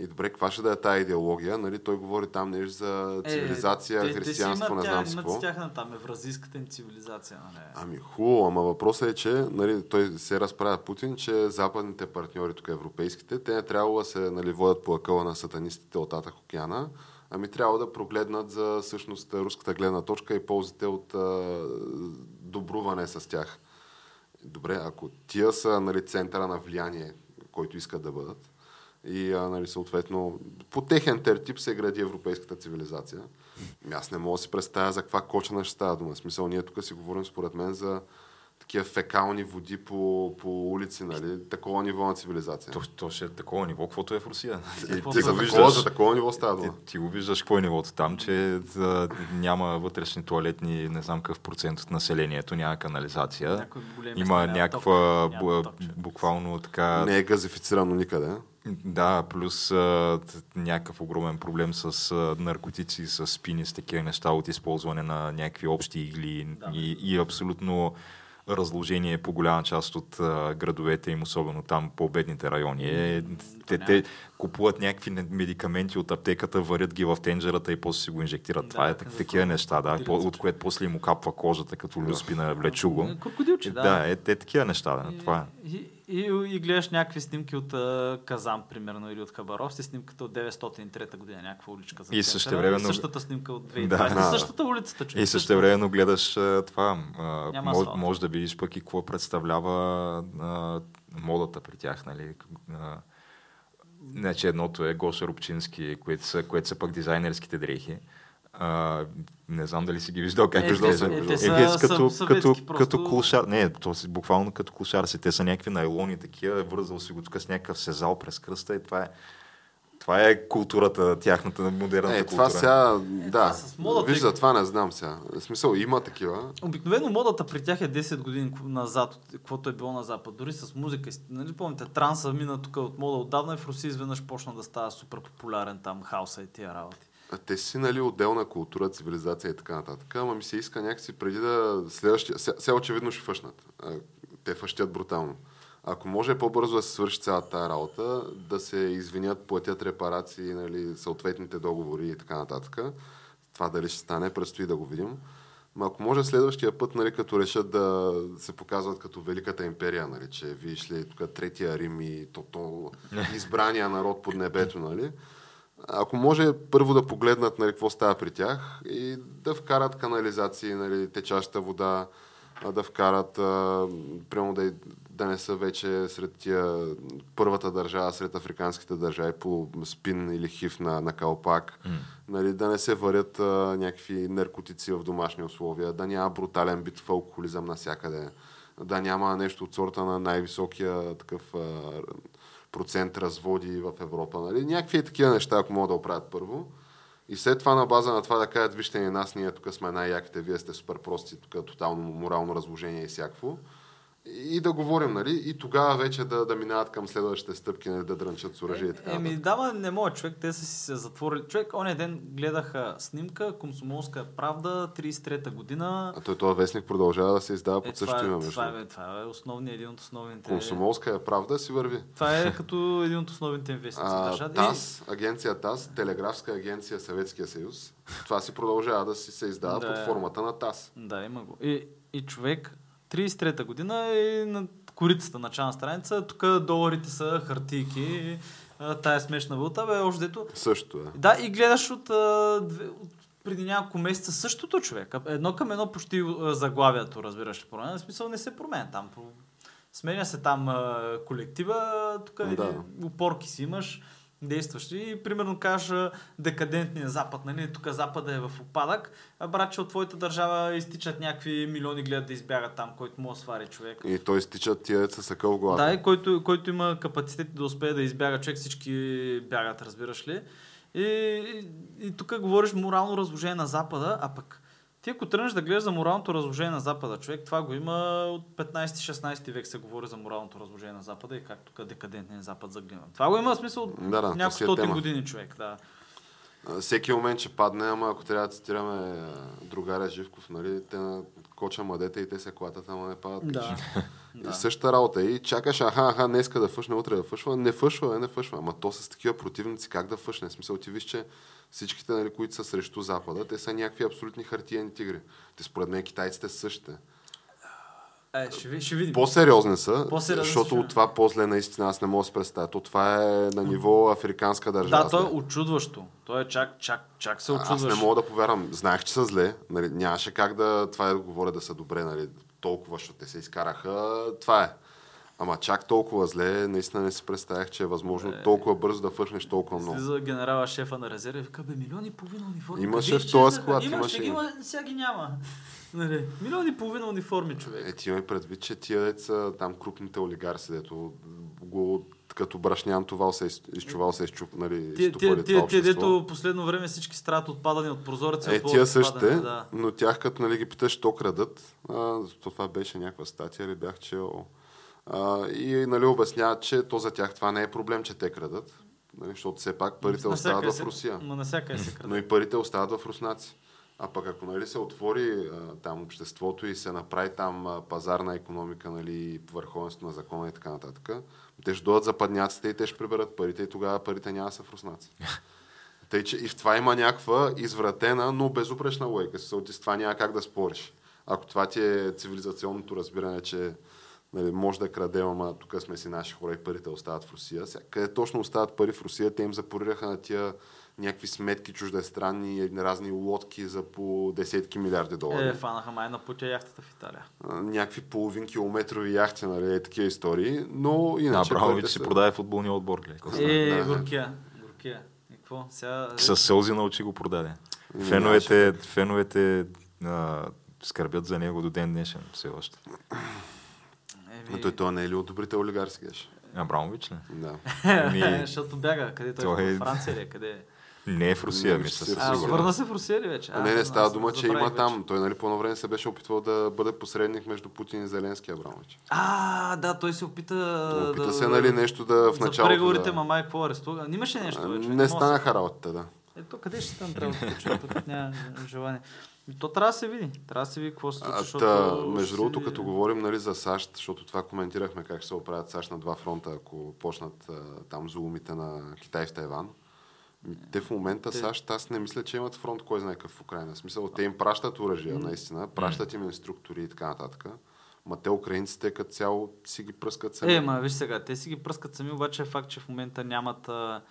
S2: И добре, каква ще да е тая идеология? Нали, той говори там нещо за цивилизация,
S1: Е, те- те си
S2: християнство,
S1: имат
S2: не
S1: тя-
S2: знам си
S1: имат
S2: какво.
S1: си тяхна там евразийската им цивилизация. Нали.
S2: Ами хубаво, ама въпросът е, че нали, той се разправя Путин, че западните партньори, тук европейските, те не трябва да се нали, водят по акъла на сатанистите от Атак океана, ами трябва да прогледнат за всъщност руската гледна точка и ползите от а, добруване с тях. Добре, ако тия са нали, центъра на влияние, който искат да бъдат, и а, нали, съответно по техен тертип се гради европейската цивилизация. Ами Аз не мога да си представя за каква кочена ще става дума. В Смисъл, ние тук си говорим според мен за такива фекални води по, по улици, нали? Такова ниво на цивилизация.
S3: То, то ще е такова ниво, каквото е в Русия.
S2: И
S1: Какво
S2: ти
S1: за
S2: за
S1: такова-
S2: такова, за такова ниво става
S3: Ти,
S2: дума.
S3: ти го виждаш какво е нивото там, че да, няма вътрешни туалетни, не знам какъв процент от населението, няма канализация.
S1: Някои големи
S3: Има
S1: места няма
S3: някаква
S1: ток, няма
S3: бу,
S1: ток, човек.
S3: буквално така...
S2: Не е газифицирано никъде.
S3: Да, плюс а, т- някакъв огромен проблем с а, наркотици, с спини, с такива неща от използване на някакви общи игли
S1: Да.
S3: и, и абсолютно разложение по голяма част от а, градовете им, особено там по бедните райони. Е, те,
S1: няма.
S3: те купуват някакви не- медикаменти от аптеката, варят ги в тенджерата и после си го инжектират.
S1: Да,
S3: Това е
S1: за
S3: так, такива
S1: кор-
S3: неща, да, по,
S1: крокодилица.
S3: от което после им окапва кожата като люспи на влечуго.
S1: Крокодилче,
S3: Е,
S1: да.
S3: Да, е, те такива неща. Да, това е.
S1: И, и, и гледаш някакви снимки от а, Казан, примерно, или от Хабаровски, снимката от 903 година, някаква уличка. За
S3: И
S1: центъра,
S3: същевременно-
S1: Същата снимка от 2020.
S3: Да.
S1: Да. Същата улицата, човек.
S3: И също времено гледаш а, това. А,
S1: Няма
S3: мож,
S1: асфалт.
S3: може да видиш пък и какво представлява а, модата при тях. Нали? А, значи едното е Гоша Рубчински, което са, което са пък дизайнерските дрехи. А, не знам дали си ги виждал как
S1: Е,
S3: изглежда.
S2: те- е, те
S3: Е,
S2: са
S3: те са като,
S1: съв-
S3: като,
S1: съветски просто.
S3: като клушар. Не, то си буквално като клушар си. Те са някакви найлони такива, вързал си го тук с някакъв сезал през кръста и това е това е културата, тяхната модерната
S2: Е,
S3: култура.
S2: това сега,
S1: това
S2: да.
S1: с модата
S2: Виж,
S1: и-
S2: за това не знам сега. В смисъл, има такива.
S1: Обикновено модата при тях е 10 години к- назад, от каквото е било на Запад. Дори с музика. и с- Нали, помните, транса мина тук от мода отдавна и в Русия изведнъж почна да става супер популярен там хаоса и тия работи.
S2: А Те си, нали, отделна култура, цивилизация и така нататък. Ама ми се иска някакси преди да следващия... Сега сега очевидно ще фъшнат. А, Те фъщят брутално. Ако може е по-бързо да се свърши цялата тая работа, да се извинят, платят репарации, нали, съответните договори и така нататък. Това дали ще стане, предстои да го видим. Ма ако може следващия път, нали, като решат да се показват като Великата империя, нали, че видиш ли тук Третия Рим и то, то избрания народ под небето, нали, ако може първо да погледнат нали, какво става при тях и да вкарат канализации, нали, течаща вода, а да вкарат, а, прямо да, и- да не са вече сред тия първата държава, сред африканските държави по спин или хив на, на калпак, mm. нали, да не се варят а, някакви наркотици в домашни условия, да няма брутален битов алкохолизъм навсякъде, да няма нещо от сорта на най-високия такъв а, процент разводи в Европа. Нали? Някакви такива неща, ако могат да оправят първо. И след това на база на това да кажат, вижте ни нас, ние тук сме най-яките, вие сте супер прости, тук е тотално морално разложение и всякакво. И да говорим, нали? И тогава вече да, да минават към следващите стъпки, нали? да дрънчат с оръжие и така.
S1: Еми,
S2: нататък.
S1: да, ма не мога, човек. Те са си се затворили. Човек, оня ден гледаха снимка Комсомолска правда, 33-та година.
S2: А той този вестник продължава да се издава
S1: Е,
S2: под
S1: това,
S2: същото
S1: е,
S2: име. между
S1: това,
S2: другото.
S1: е, това е основният, един от основните.
S2: Комсомолска е правда, си върви.
S1: Това е като един от основните им вестници. в
S2: А,
S1: държавата.
S2: ТАС, агенция ТАС, телеграфска агенция Съветския съюз, това си продължава да си се издава
S1: Да.
S2: под формата на ТАС.
S1: И, да, има го. И, и човек, 33-та е година и на корицата, начална страница, тук доларите са хартийки, а, а, тая смешна вълта, бе, още дето.
S2: Също е.
S1: Да, и гледаш от, а, две- от преди няколко месеца същото човек. Едно към едно почти а, заглавието, разбираш ли, променя. В смисъл не се променя там. Про- Сменя се там а, колектива, тук
S2: Да.
S1: да. опорки си имаш, действаш ли. И примерно кажеш а, декадентния Запад, нали? Тук Запада е в опадък, а брат, че от твоята държава изтичат някакви милиони гледат да избягат там, който му свари човек.
S2: И той стича тия деца са къл
S1: Да,
S2: главата.
S1: и който, който има капацитет да успее да избяга човек, всички бягат, разбираш ли. И, и, и тук говориш морално разложение на Запада, а пък ти ако тръгнеш да гледаш за моралното разложение на Запада, човек, това го има от 15-16 век се говори за моралното разложение на Запада и как тук декадентният Запад заглина. Това го има в смисъл от
S2: Да, да, то
S1: няколко
S2: си е
S1: стотин
S2: тема.
S1: години човек, да.
S2: А, Всеки момент ще падне, ама ако трябва да цитираме а, другаря Живков, нали, те на коча младете и те се клатат, ама не падат.
S1: Да.
S2: И
S1: да.
S2: същата работа. И чакаш, аха, аха, днеска да фъшне, утре да фъшва. Не фъшва, е, не фъшва. Ама то с такива противници как да фъшне? В смисъл ти виж, че всичките, нали, които са срещу Запада, те са някакви абсолютни хартиени тигри. Те според мен китайците са същите.
S1: Е, ще, ви- ще видим.
S2: По-сериозни са,
S1: По-сериозни
S2: защото
S1: са,
S2: от това после наистина аз не мога да се представя. То това е на ниво африканска държава.
S1: Да, то е
S2: сме.
S1: очудващо. То е чак, чак, чак се
S2: Аз
S1: очудваш.
S2: не мога да повярвам. Знаех, че са зле. Нали, нямаше как да това е да говоря да са добре, нали, толкова, защото те се изкараха. Това е. Ама чак толкова зле, наистина не си представях, че е възможно толкова бързо да фъшнеш толкова много.
S1: Слиза генерала шефа на резерва и вика, бе, милион и половина униформи.
S2: Имаше
S1: къде
S2: в този
S1: изчезнаха?
S2: склад,
S1: Имаше
S2: имаше
S1: ги,
S2: ги.
S1: има, сега ги няма. Нали, милион и половина униформи, човек.
S2: Е, ти имай предвид, че тия деца, там крупните олигарси, дето го като брашнян това се из- изчувал, се изчуп, нали,
S1: Тие,
S2: изтопали
S1: тие, тие,
S2: това
S1: тие,
S2: общество.
S1: дето последно време всички страдат от падане от прозореца.
S2: Е,
S1: от
S2: тия
S1: падане,
S2: същите,
S1: Да.
S2: но тях като нали, ги питаш, то крадат. А, то това беше някаква статия или бях чел. А, и нали, обясняват, че то за тях това не е проблем, че те крадат. Нали, защото все пак парите
S1: Навсякъде
S2: остават в
S1: се-
S2: Русия.
S1: Ма насякъде се краде.
S2: Но и парите остават в руснаци. А пък ако нали, се отвори а, там обществото и се направи там а, пазарна економика, нали, върховенство на закона и така нататък, те ще дойдат западняците и те ще приберат парите и тогава парите няма да са в руснаци. Тъй, че и в това има някаква извратена, но безупречна логика. С от това няма как да спориш. Ако това ти е цивилизационното разбиране, че нали, може да крадем, ама тук сме си наши хора и парите остават в Русия. Сега, къде точно остават пари в Русия, те им запорираха на тия някакви сметки чуждестранни, разни лодки за по десетки милиарди долари.
S1: Е, фанаха май на путя яхтата в Италия.
S2: А, някакви половин километрови яхти, нали, е, такива истории, но иначе...
S3: Абрамович
S2: парите
S3: си
S2: са-
S3: продаде футболния отбор, гледай. какво стана.
S1: Е,
S2: да.
S1: горкия. Горкия. И какво? Сега... е,
S3: Със сълзи на очи го продаде.
S2: Нямаше
S3: Феновете, феновете а, скърбят за него до ден днешен все още.
S2: Но
S1: Еми...
S2: той, той не е ли от добрите олигарски, геш?
S3: Абрамович ли?
S2: Да.
S1: Е,
S3: Ами,
S1: Защото бяга. Къде той?
S3: Той е-
S1: е? във Франция ли? е? Къде е?
S3: не е в Русия,
S2: Не,
S3: мисля.
S2: ще се
S3: със
S1: А,
S2: сигурно.
S3: сигурност.
S1: върна се в Русия ли вече?
S2: А,
S1: А,
S2: не, не,
S1: аз
S2: става
S1: съм
S2: дума, че
S1: забравих
S2: има
S1: вече.
S2: там. Той, нали, по едно време се беше опитвал да бъде посредник между Путин и Зеленски, Абрамович.
S1: А, да, той се опита.
S2: Опита
S1: да-
S2: се, нали, нещо да в
S1: За
S2: началото.
S1: преговорите,
S2: да...
S1: ма май, какво арестува? Имаше нещо
S2: А,
S1: вече.
S2: Не станаха работата, да.
S1: Ето, Е, къде ще там трябва да включим, пък няма желание. И то трябва да се види. Трябва да се види какво се случва.
S2: А,
S1: защото Е,
S2: та,
S1: ще
S2: между
S1: се-
S2: другото, като говорим нали, за САЩ, защото това коментирахме как ще се оправят САЩ на два фронта, ако почнат а, там зулумите на Китай в Тайван. Ми, Те в момента
S1: Те-
S2: САЩ, аз не мисля, че имат фронт, кой знае какъв в Украина. В смисъл, те им пращат оръжия, наистина, пращат им инструктори и така нататък. Ма те украинците като цяло си ги пръскат сами.
S1: Е, ма, виж сега, те си ги пръскат сами, обаче е факт, че в момента нямат... А...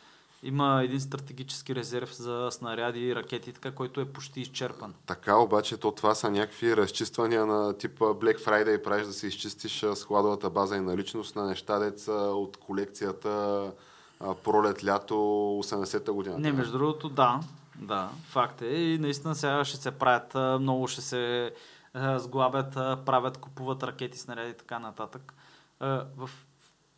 S1: Има един стратегически резерв за снаряди и ракети, и така, който е почти изчерпан.
S2: Така, обаче, то това са някакви разчиствания на типа Black Friday, правиш да си изчистиш а, складовата база и наличност на неща деца от колекцията а, пролет-лято 80-та година.
S1: Не, между другото, да. Да, факт е. И наистина сега ще се правят, а, много ще се а, сглабят, а, правят, купуват ракети, снаряди и така нататък. А, в...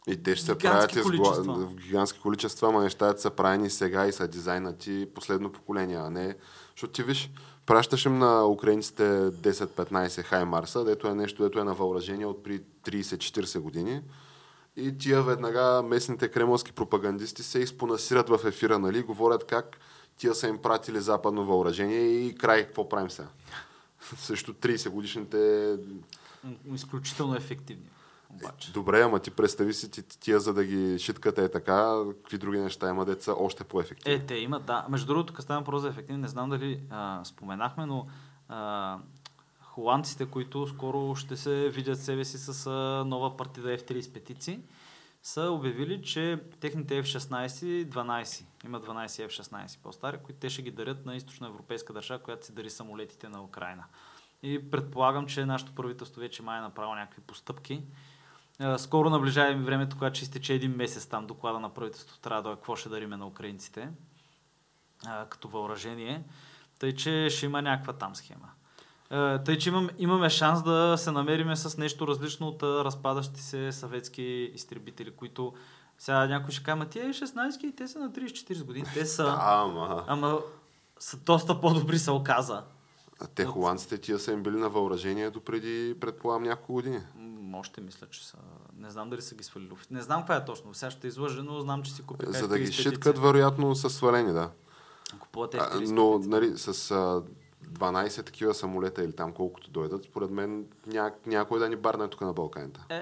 S2: И те ще се
S1: гигантски
S2: правят изгла-
S1: количества.
S2: в гигантски количества, ама нещата са правени сега и са дизайнати последно поколение, а не... Защото ти виж, пращаш им на украинците 10-15 хаймарса, дето е нещо, дето е на въоръжение от при 30-40 години. И тия веднага местните кремълски пропагандисти се изпонасират в ефира, нали? Говорят как тия са им пратили западно въоръжение и край, какво правим сега? Също 30 годишните
S1: м, Изключително ефективни. Обаче.
S2: Добре, ама ти представи си ти, тия, за да ги шиткате е така, какви други неща има деца още по-ефективни.
S1: Е, те имат, да. Между другото, като ставам просто за ефективни, не знам дали а, споменахме, но а, холандците, които скоро ще се видят себе си с а, нова партида F-35-ци, са обявили, че техните F-16, 12, има 12 F-16 по-стари, които те ще ги дарят на източна европейска държава, която си дари самолетите на Украина. И предполагам, че нашето правителство вече май е направило някакви постъпки. А, Скоро наближава и времето, когато ще изтече един месец там доклада на правителството, трябва да е какво ще дариме на украинците а, като въоръжение. Тъй, че ще има някаква там схема. Е, Тъй, че имам, имаме шанс да се намериме с нещо различно от а, разпадащи се съветски изтребители, които сега някой ще каже, «Ма тия е 16 и те са на 30-40 години. Те са,
S2: Ама.
S1: ама са доста по-добри се оказа.
S2: А те холандците тия са им били на въоръжението преди, предполагам, няколко години.
S1: М, Още мисля, че са. Не знам дали са ги свалили. офи- Не знам каква е точно. Сега ще излъжа, но знам, че си купиха
S2: За да ги
S1: F-35.
S2: шиткат, вероятно са свалени, да.
S1: Купуват
S2: А,
S1: F-35.
S2: но нали, с а, 12 такива самолета или там колкото дойдат, според мен ня- някой да ни барне тук на Балканите.
S1: Е,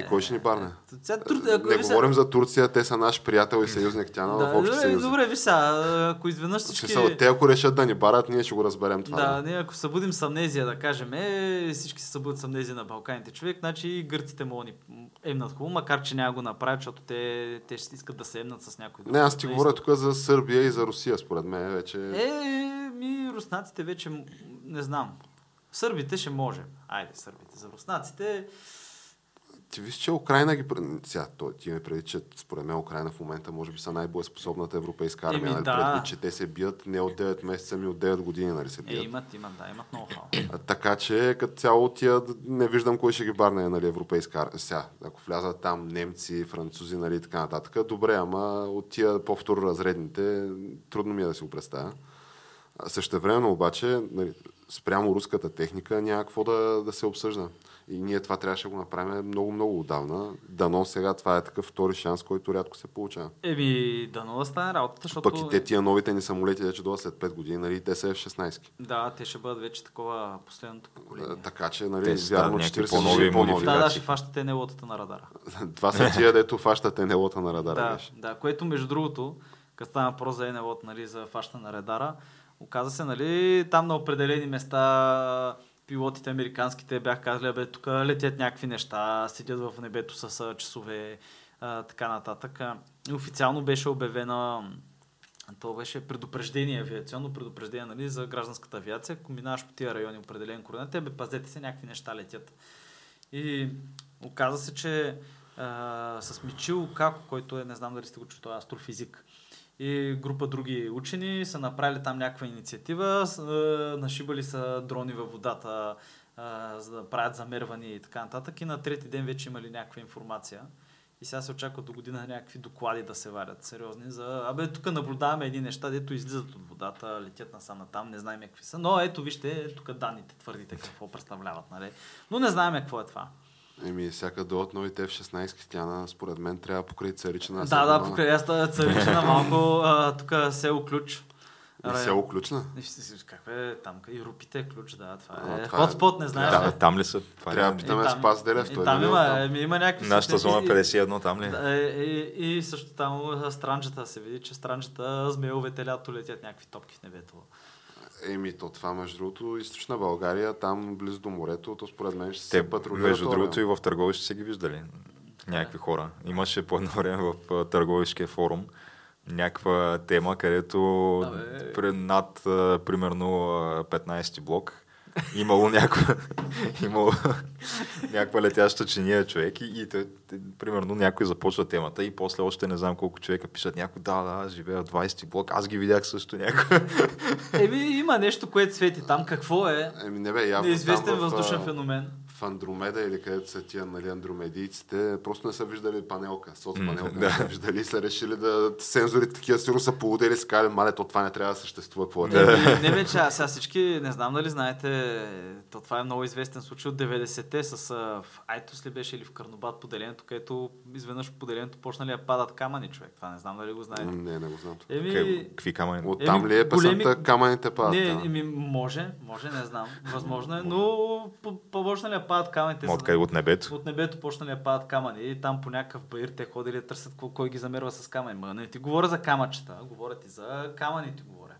S2: Е, кой ще ни барне?
S1: Сега, тур... ако
S2: Не
S1: ви се-
S2: говорим за Турция, те са наш приятел и съюзник, тя на
S1: Да,
S2: в общи
S1: добре,
S2: съюзи.
S1: добре, ви сега, ако изведнъж
S2: Ще
S1: всички...
S2: са, те ако решат да ни барат, ние ще го разберем това.
S1: Да, ние ако събудим с амнезия, да кажем, е, всички се събудят с амнезия на Балканите човек, значи и гърците могат да ни емнат хубаво, макар че няма го направят, защото те, те ще искат да се емнат с някой друг.
S2: Не, аз ти
S1: На
S2: говоря
S1: изток.
S2: тук за Сърбия и за Русия, според мен вече.
S1: Е, е, ми руснаците вече, м- не знам. Сърбите ще може. Айде, сърбите. За руснаците
S2: Ти виж, че Украина ги... пр- Сега, той ти ме преди, че според мен Украина в момента може би са най-боеспособната европейска армия.
S1: Еми,
S2: нали,
S1: да.
S2: Предвид, че те се бият не от 9 месеца, ми от 9 години, нали се
S1: е,
S2: бият.
S1: имат, имат, да, имат много хал.
S2: А, така че, като цяло тия не виждам кой ще ги барне, нали, европейска армия. Сега, ако влязат там немци, французи, нали, и така нататък, добре, ама от тия по-второ разредните, трудно ми е да си го представя. Също време, обаче, нали, спрямо руската техника няма какво да, да се обсъжда. И ние това трябваше да го направим много-много отдавна. Дано сега това е такъв втори шанс, който рядко се получава.
S1: Еми, дано да стане работата, защото... е-
S2: Пък и те тия новите ни самолети, вече дойдат след 5 години, нали, те са F-16.
S1: Да, те ще бъдат вече такова последното
S2: А,
S1: поколение.
S2: Така че, нали,
S3: Те са, да,
S2: вярно,
S3: някакви
S2: 40
S3: по-нови
S2: по-нови. по-нови.
S1: Да, да,
S3: Облигации.
S1: ще фащате не лотата на радара.
S2: Това са тия, дето фащат енелота на радара.
S1: Да,
S2: беше.
S1: да, което между другото, като стана въпрос за НЛОТ, нали, за фаща на радара, оказа се, нали, там на определени места пилотите американските бях казали, бе, тук летят някакви неща, седят в небето с а, часове, а, така нататък. А, и Официално беше обявена м, то беше предупреждение, авиационно предупреждение нали, за гражданската авиация. Ако минаваш по тия райони определен координат, те бе, пазете се, някакви неща летят. И оказа се, че а, с Мичил Како, който е, не знам дали сте го чули, той е астрофизик, и група други учени са направили там някаква инициатива, с, а, нашибали са дрони във водата, а, за да правят замервания и така нататък. И на трети ден вече имали някаква информация. И сега се очаква до година някакви доклади да се варят сериозни. За... Абе, тук наблюдаваме едни неща, дето излизат от водата, летят насам натам, не знаем какви са. Но ето вижте, тук данните твърдите какво представляват, нали? Но не знаем какво е това.
S2: Еми, всяка до от новите F-16 тяна, според мен, трябва покрай царична.
S1: Да, да, покрай аз тази царична малко, а, тук село Ключ.
S2: Не се оключна.
S1: И си- си- Как бе, там, и рупите е ключ, да, това
S2: А,
S1: е.
S2: това е-
S1: Хотспот, не знаеш.
S3: Да,
S1: ли?
S3: бе, там ли са? Това е-
S2: Трябва да питаме
S1: И там-
S2: Спас Делев,
S1: и
S2: той
S1: Там
S2: дали е
S1: има,
S2: оттам?
S1: еми, има някакви...
S3: Нашата
S1: системи-
S3: зона е
S1: и-
S3: 51 там ли? е?
S1: Да, и, и, и, също там а, странджата се види, че странджата, змеевете лято летят някакви топки в небето.
S2: Еми, то това, между другото, източна България, там близо до морето, то според мен ще
S3: Те,
S2: се патрулират.
S3: между
S2: това
S3: другото, и
S2: време.
S3: в Търговище са ги виждали. Някакви хора. Имаше по едно време в а, Търговищкия форум някаква тема, където
S1: Абе.
S3: при, над а, примерно а, 15 блок имало някаква, имало някаква летяща чиния човек и, и той, те- примерно някой започва темата и после още не знам колко човека пишат някой, да, да, аз живея в 20 блок, аз ги видях също някой.
S1: Еми, има нещо, което свети там. Какво е?
S2: Еми, не бе, явно.
S1: Неизвестен
S2: там в, а,
S1: въздушен феномен.
S2: В Андромеда или където са тия, нали, андромедийците, просто не са виждали панелка, соцпанелка,
S3: М,
S2: не са виждали и са решили да сензорите такива сигурно са полудели с кален, мале, то това не трябва да съществува, какво е.
S1: Еми, не вече, а сега всички, не знам дали знаете, то това е много известен случай от 90-те с а, в Айтос ли беше или в Карнобат поделението, където изведнъж в поделението почнали да падат камъни, човек. Това не знам дали го
S2: М,
S1: знаете.
S2: Не, не го знам. това.
S1: Еми,
S3: Какви камъни?
S2: От там ли е
S1: големи-
S2: песента камъните падат?
S1: не,
S2: да?
S1: еми, може, може, не знам. Възможно е, но по- почнали да падат камъните.
S3: Ма
S1: за-
S3: откъде? От небето.
S1: От небето почнали да падат камъни и там по някакъв баир те ходили да търсят кой, кой ги замерва с камъни. Ма не ти говоря за камъчета, говоря ти за камъните говоря.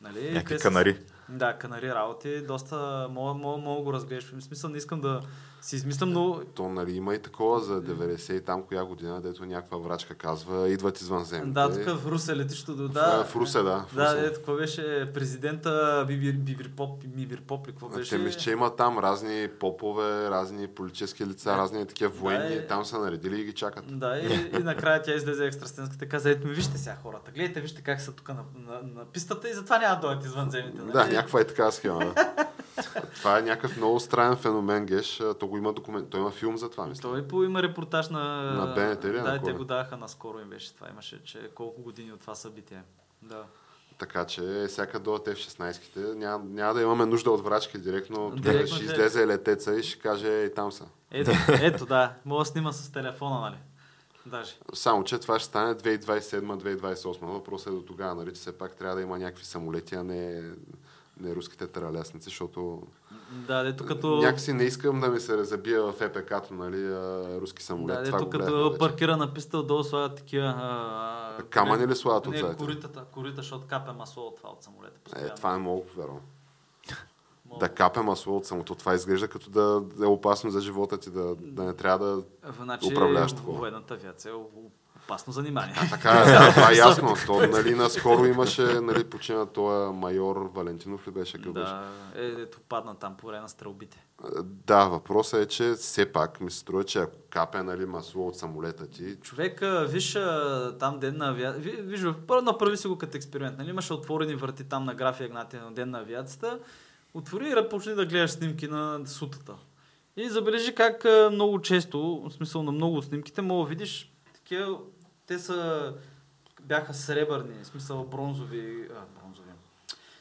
S1: Нали?
S3: Някакви
S1: те са-
S3: канари.
S1: Да, канари работи, доста мога, мога, мога го разглеждаш. В смисъл не искам да си измислям, но
S2: То нали има и такова за 90 и там коя година, дето някаква врачка казва, идват извънземните.
S1: да, тук в Русе летището до
S2: Е, В-
S1: да.
S2: в Русе, да, в
S1: Да,
S2: Русе.
S1: е, какво беше президента Бибир, Бибирпоп, Бибирпоп ли, какво
S2: Беше...
S1: беше?
S2: Те мисля, че има там разни попове, разни политически лица,
S1: Да.
S2: разни такива военни.
S1: е.
S2: Там са наредили и ги чакат.
S1: Да, и, и накрая тя излезе екстрасенската и каза, ето ми вижте сега хората, гледайте, вижте как са тук на, на, на пистата и затова няма да дойдат нали? извънземните.
S2: Да, някаква е така схема. да. това е някакъв много странен феномен, Геш. То го има документ. Той има филм за това, мисля.
S1: Той по има репортаж на...
S2: На БНТ ли, на
S1: Да,
S2: кой?
S1: те го даха наскоро им беше това. Имаше, че колко години от това събитие. Да.
S2: Така че е, всяка до те в 16-ките няма, няма да имаме нужда от врачки директно. Тогава
S1: Директно
S2: ще
S1: ще-
S2: излезе летеца и ще каже и там са.
S1: Ето, ето да. Мога да снима с телефона, нали? Даже.
S2: Само, че това ще стане 2027-2028. Въпросът е до тогава, нали, че все пак трябва да има някакви самолети, а не, не руските таралясници, защото
S1: Да, ето като...
S2: някакси не искам да ми се забие в ЕПК-то, нали, а, руски самолет.
S1: Да,
S2: е това
S1: ето
S2: го гледахме
S1: като
S2: вече.
S1: паркира на писта, отдолу слагат такива... а,
S2: Камъни ли слагат от
S1: Не,
S2: заедите?
S1: коритата, корита, защото капе масло от това от самолета.
S2: Е,
S1: постоянно.
S2: това не мога да повярвам.
S1: Мога-
S2: Да капе масло от самото, това изглежда като да, да е опасно за живота ти, да, да не трябва да...
S1: Значи,
S2: управляваш такова.
S1: военната авиация е опасно занимание.
S2: Така е, да, това е ясно. То, нали, наскоро имаше, нали, почина този майор Валентинов ли беше? Къв беше?
S1: да, е, ето падна там по време на стрелбите.
S2: Да, въпросът е, че все пак ми се струва, че ако капе нали, масло от самолета ти,
S1: Човек, а, виж а, там ден на авиацията. Ви, виж, първо направи си го като експеримент. Нали? Имаше отворени врати там на графия Гнатия на ден на авиацията. Отвори и почни да гледаш снимки на сутата. И забележи как а, много често, в смисъл на много от снимките, мога да видиш такива, те са, бяха сребърни, в смисъл бронзови, а, бронзови,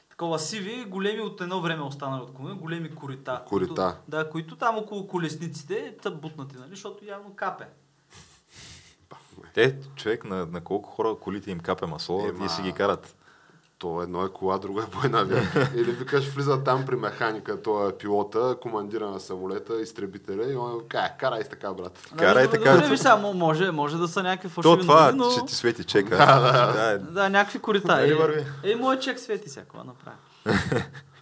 S1: такова сиви, големи от едно време останали от коня, големи корита.
S2: Корита.
S1: Които, да, които там около колесниците са бутнати, нали, защото явно капе.
S3: Те, човек, на, на колко хора колите им капе масло
S2: Ема.
S3: и си ги карат.
S2: то едно е кола, друго е бойна авиация. Или викаш, влиза там при механика, то е пилота, командира на самолета, изтребителя и он е, кай, карай с така, брат.
S3: Карай
S1: Нали,
S3: така.
S1: Добре, виж, само може, може да са някакви фалшиви
S3: То това,
S1: новини, но...
S3: че ти свети чека. Да, да.
S1: Да, някакви корита.
S3: Нали
S1: Е,
S3: върви?
S1: е, моят чек свети сега, какво да направя.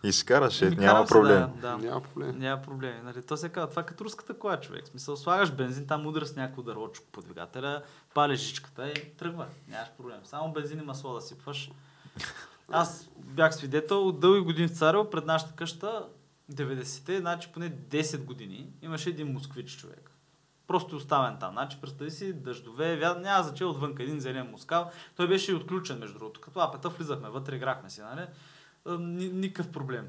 S3: И си караш, е,
S1: Еми,
S3: няма
S1: карам се,
S3: проблем.
S1: Да, да.
S2: Няма проблем.
S1: Няма проблеми. Нали, то се казва, това е като руската кола, човек. В Смисъл, слагаш бензин, там удря с някакво дървочко по двигателя, палиш жичката и тръгва. Нямаш проблем. Само бензин и масло да сипваш. Аз бях свидетел от дълги години в Царево, пред нашата къща, 90-те, значи поне 10 години, имаше един москвич човек. Просто оставен там. Значи, представи си, дъждове, вя... няма значение отвънка, един зелен мускал. Той беше и отключен, между другото. Като апета влизахме вътре, играхме си, нали? А, ни- Никакъв проблем.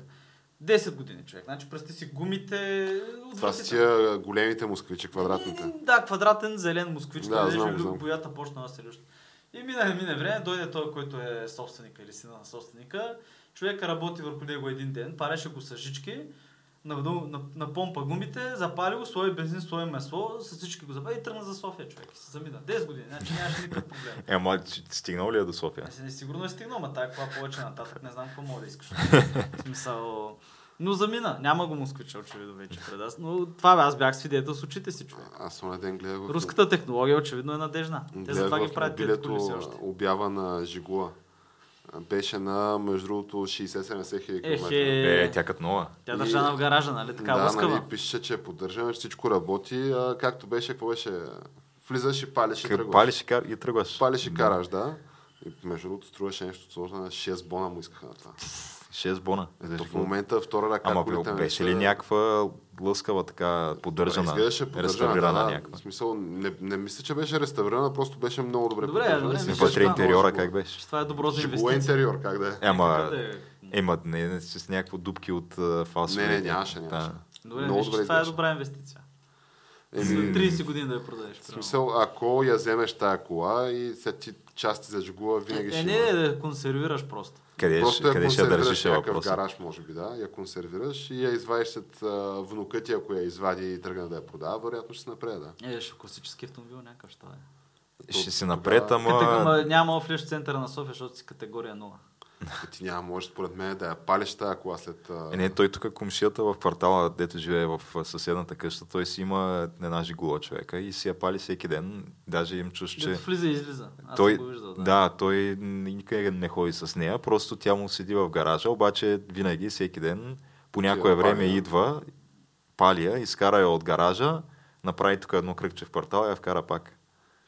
S1: 10 години човек. Значи, представи си гумите.
S2: Това
S1: отвратително.
S2: са тия големите москвичи, квадратните.
S1: Да, квадратен зелен москвич,
S2: Да,
S1: да,
S2: знам,
S1: знам,
S2: знам.
S1: боята почна да се люща. И мина, мине време, дойде той, който е собственика или сина на собственика. Човека работи върху него един ден, пареше го с жички, напомпа на, на, напомпа гумите, запали го, слой бензин, слой месо, с всички го забави и тръгна за София човек. И се замина. 10 години, значи нямаше никакъв проблем.
S3: Ема, че- стигнал ли е до София?
S1: Аз не сигурно е стигнал, ма тая кола повече нататък, не знам какво мога да искаш. В смисъл... Но замина. Няма го москвича, очевидно вече пред аз. Но това бе, аз бях свидетел с очите си, човек.
S2: Аз на ден гледах в...
S1: Руската технология очевидно е надежна. Те
S2: гледах
S1: затова
S2: в
S1: ги правят тези коли все
S2: мобилето
S1: още.
S2: обява на Жигула. Беше на, между другото, 60-70 хиляди километра.
S1: Ехе,
S3: Е, тя като нова.
S1: тя държана в гаража, нали? Така
S2: да,
S1: лъскава.
S2: нали, пише, че е поддържане, че всичко работи, а, както беше, какво беше? Влизаш и палиш и
S3: Къп-
S2: тръгваш.
S3: Палиш и, кар... и тръгваш.
S2: палиш и караш, да. И, между другото, струваше нещо от сорта на 6 бона му искаха на това.
S3: 6 бона. за
S2: Ето в
S3: Жигула.
S2: момента втора ръка
S3: Ама
S2: колите ми
S3: беше
S2: са-
S3: ли някаква лъскава, така поддържана,
S2: Изглеждаше поддържана,
S3: реставрирана
S2: да, да.
S3: някаква?
S2: В смисъл, не, не мисля, че беше реставрирана, просто беше много добре
S1: Добре,
S2: поддържана.
S1: добре,
S2: Си
S1: мисля,
S2: беше
S3: Вътре
S1: че
S2: много
S3: интериора
S2: жигула.
S3: как беше?
S1: Това е добро за
S2: Жигула
S1: инвестиции.
S2: интериор, как да е.
S3: Ема,
S1: Къде е?
S3: ема не, не, с някакво дупки от а, фалсови.
S2: Не, не, нямаше, нямаше.
S3: Да.
S1: Добре,
S2: много
S1: виж,
S2: добре
S1: това е
S2: изглежда.
S1: добра инвестиция.
S2: Еми,
S1: След 30 години да я продадеш.
S2: в
S1: примерно.
S2: смисъл, ако я вземеш тая кола и сега ти части за жигула винаги
S1: Е,
S2: ще има.
S1: не, да я консервираш просто.
S3: Къде, ще-
S2: Просто я
S3: къде ще я
S2: консервираш
S3: държиш е
S2: някакъв
S3: въпроса?
S2: гараж, може би, да. Я консервираш и я извадиш след а, внука ти, ако я извади и тръгне да я продава, вероятно ще се напреда, да.
S1: Е, ще класически автомобил някакъв ще е.
S3: Ще си напред,
S2: Тогава-
S3: ама...
S1: Категор... Няма офлиш в центъра на София, защото си категория 0.
S2: И Ти няма можеш, според мен, да я палиш тази кола след... а,
S3: Е, не, той тук комшията в квартала, дето живее в а, съседната къща, той си има една жигула човека и си я пали всеки ден. Даже им чуш, че...
S1: Дето влиза и излиза. Аз
S3: той,
S1: съм го виждал, да.
S3: да, той никъде не ходи с нея, просто тя му седи в гаража, обаче винаги, всеки ден, по някое
S2: я пали,
S3: време
S2: да.
S3: идва, пали я, изкара я от гаража, направи тук едно кръгче в квартала и я вкара пак.